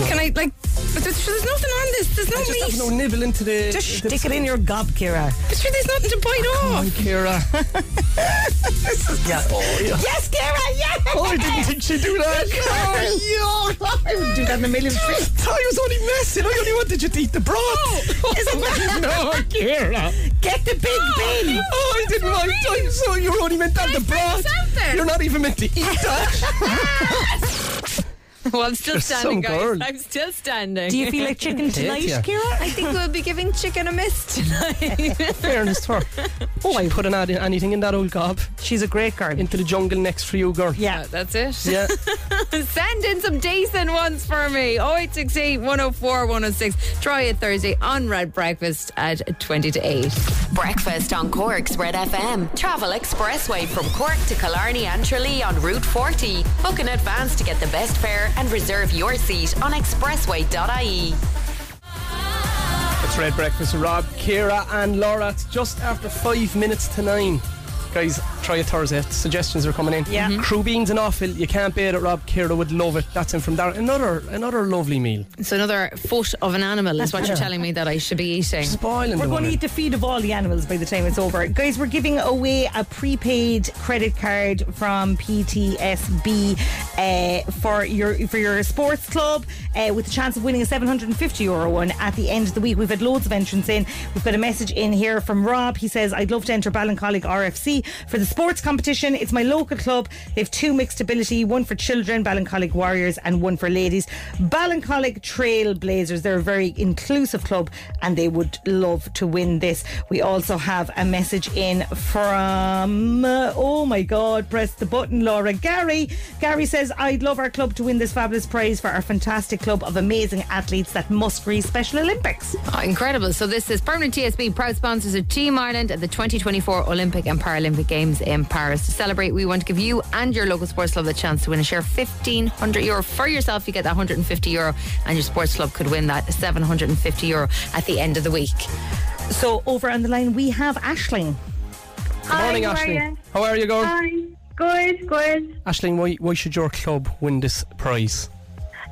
[SPEAKER 4] Can I, like, but there's, there's nothing on this. There's no
[SPEAKER 2] I just
[SPEAKER 4] meat.
[SPEAKER 2] have no nibble into the.
[SPEAKER 5] Just stick it in your gob, Kira.
[SPEAKER 4] But sure, there's nothing to bite off.
[SPEAKER 2] Kira.
[SPEAKER 5] This is-
[SPEAKER 2] Yeah. Oh, yeah.
[SPEAKER 5] Yes, Kira, yes!
[SPEAKER 2] Oh, didn't think she'd do that.
[SPEAKER 5] Oh, yeah. I would do that in a million feet.
[SPEAKER 2] I was only messing. I only wanted you to eat the broth.
[SPEAKER 5] Isn't that-
[SPEAKER 2] no, Kira.
[SPEAKER 5] Get the big bin!
[SPEAKER 2] Oh, I didn't mind. I'm so you're only meant to have the broth. You're not even meant to eat that.
[SPEAKER 4] Well, I'm still
[SPEAKER 2] There's some
[SPEAKER 4] standing, guys.
[SPEAKER 2] girl.
[SPEAKER 4] I'm still standing.
[SPEAKER 5] Do you feel like chicken tonight,
[SPEAKER 2] Yeah.
[SPEAKER 5] Kira?
[SPEAKER 4] I think we'll be giving chicken a miss tonight.
[SPEAKER 2] Fairness to her. Oh, I put an ad in, anything in that old gob.
[SPEAKER 5] She's a great girl.
[SPEAKER 2] Into the jungle next for you, girl.
[SPEAKER 5] Yeah.
[SPEAKER 4] That's it.
[SPEAKER 2] Yeah.
[SPEAKER 4] Send in some decent ones for me. 0868 104 106. Try it Thursday on Red Breakfast at 20 to 8.
[SPEAKER 1] Breakfast on Cork's Red FM. Travel expressway from Cork to Killarney and Tralee on Route 40. Book in advance to get the best fare and reserve your seat on expressway.ie.
[SPEAKER 2] It's Red Breakfast with Rob, Kira, and Laura. It's just after five minutes to nine. Guys, try it Thursday. Suggestions are coming in.
[SPEAKER 5] Yeah. Mhm.
[SPEAKER 2] Crew beans and offal. You can't beat it, Rob. Kira would love it. That's in from Darren. Another another lovely meal.
[SPEAKER 4] So, another foot of an animal is what you're telling me that I should be eating.
[SPEAKER 2] Spoiling
[SPEAKER 5] We're going
[SPEAKER 2] the
[SPEAKER 5] to
[SPEAKER 2] women.
[SPEAKER 5] eat the feed of all the animals by the time it's over. Guys, we're giving away a prepaid credit card from PTSB uh, for your for your sports club uh, with the chance of winning a 750 euro one at the end of the week. We've had loads of entrants in. We've got a message in here from Rob. He says, I'd love to enter Ballincollig RFC for the sports competition. It's my local club. They have two mixed ability, one for children, Ballincollig Warriors, and one for ladies. Ballincollig Trailblazers. They're a very inclusive club and they would love to win this. We also have a message in from, uh, oh my God, press the button, Laura. Gary. Gary says, I'd love our club to win this fabulous prize for our fantastic club of amazing athletes that must free Special Olympics.
[SPEAKER 4] Oh, incredible. So this is permanent TSB, proud sponsors of Team Ireland at the 2024 Olympic and Paralympic Games in Paris. To celebrate, we want to give you and your local sports club the chance to win a share of 1500 euro for yourself. You get that 150 euro and your sports club could win that 750 euro at the end of the week.
[SPEAKER 5] So over on the line, we have Ashling.
[SPEAKER 2] Good morning,
[SPEAKER 15] Hi, how are
[SPEAKER 2] Ashling.
[SPEAKER 15] you?
[SPEAKER 2] How are you, girl?
[SPEAKER 15] Hi. Good, good.
[SPEAKER 2] Ashling, why, why should your club win this prize?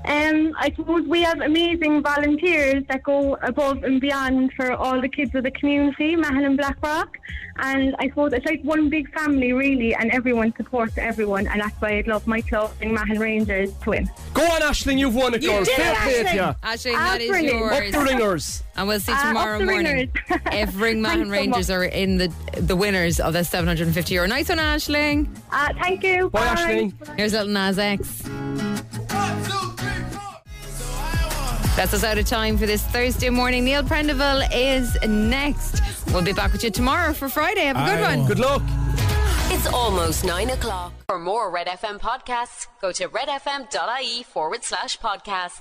[SPEAKER 15] Um, I suppose we have amazing volunteers that go above and beyond for all the kids of the community, Mahon and Blackrock. And I suppose it's like one big family, really, and everyone supports everyone. And that's why I'd love my club and Mahon Rangers to win.
[SPEAKER 2] Go on, Ashling, you've won it,
[SPEAKER 5] You
[SPEAKER 2] girl.
[SPEAKER 5] did it,
[SPEAKER 2] Fair play to
[SPEAKER 5] Ashling.
[SPEAKER 2] ya.
[SPEAKER 4] Ashling,
[SPEAKER 15] Ah,
[SPEAKER 4] that is
[SPEAKER 15] brilliant.
[SPEAKER 2] Up
[SPEAKER 4] yours.
[SPEAKER 2] the ringers.
[SPEAKER 4] And we'll see
[SPEAKER 15] Ah, up
[SPEAKER 4] tomorrow
[SPEAKER 15] the
[SPEAKER 4] morning.
[SPEAKER 15] ringers.
[SPEAKER 4] If
[SPEAKER 15] Thanks
[SPEAKER 4] Ringman
[SPEAKER 15] so
[SPEAKER 4] Rangers
[SPEAKER 15] much.
[SPEAKER 4] are in the the winners of the 750 euro. Nice one, Ashling.
[SPEAKER 15] Uh, thank you.
[SPEAKER 2] Bye, Ashling.
[SPEAKER 4] Here's little Nas X. That's us out of time for this Thursday morning. Neil Prendeville is next. We'll be back with you tomorrow for Friday. Have a good one.
[SPEAKER 2] Good luck.
[SPEAKER 1] It's almost nine o'clock. For more Red FM podcasts, go to redfm.ie forward E slash podcasts.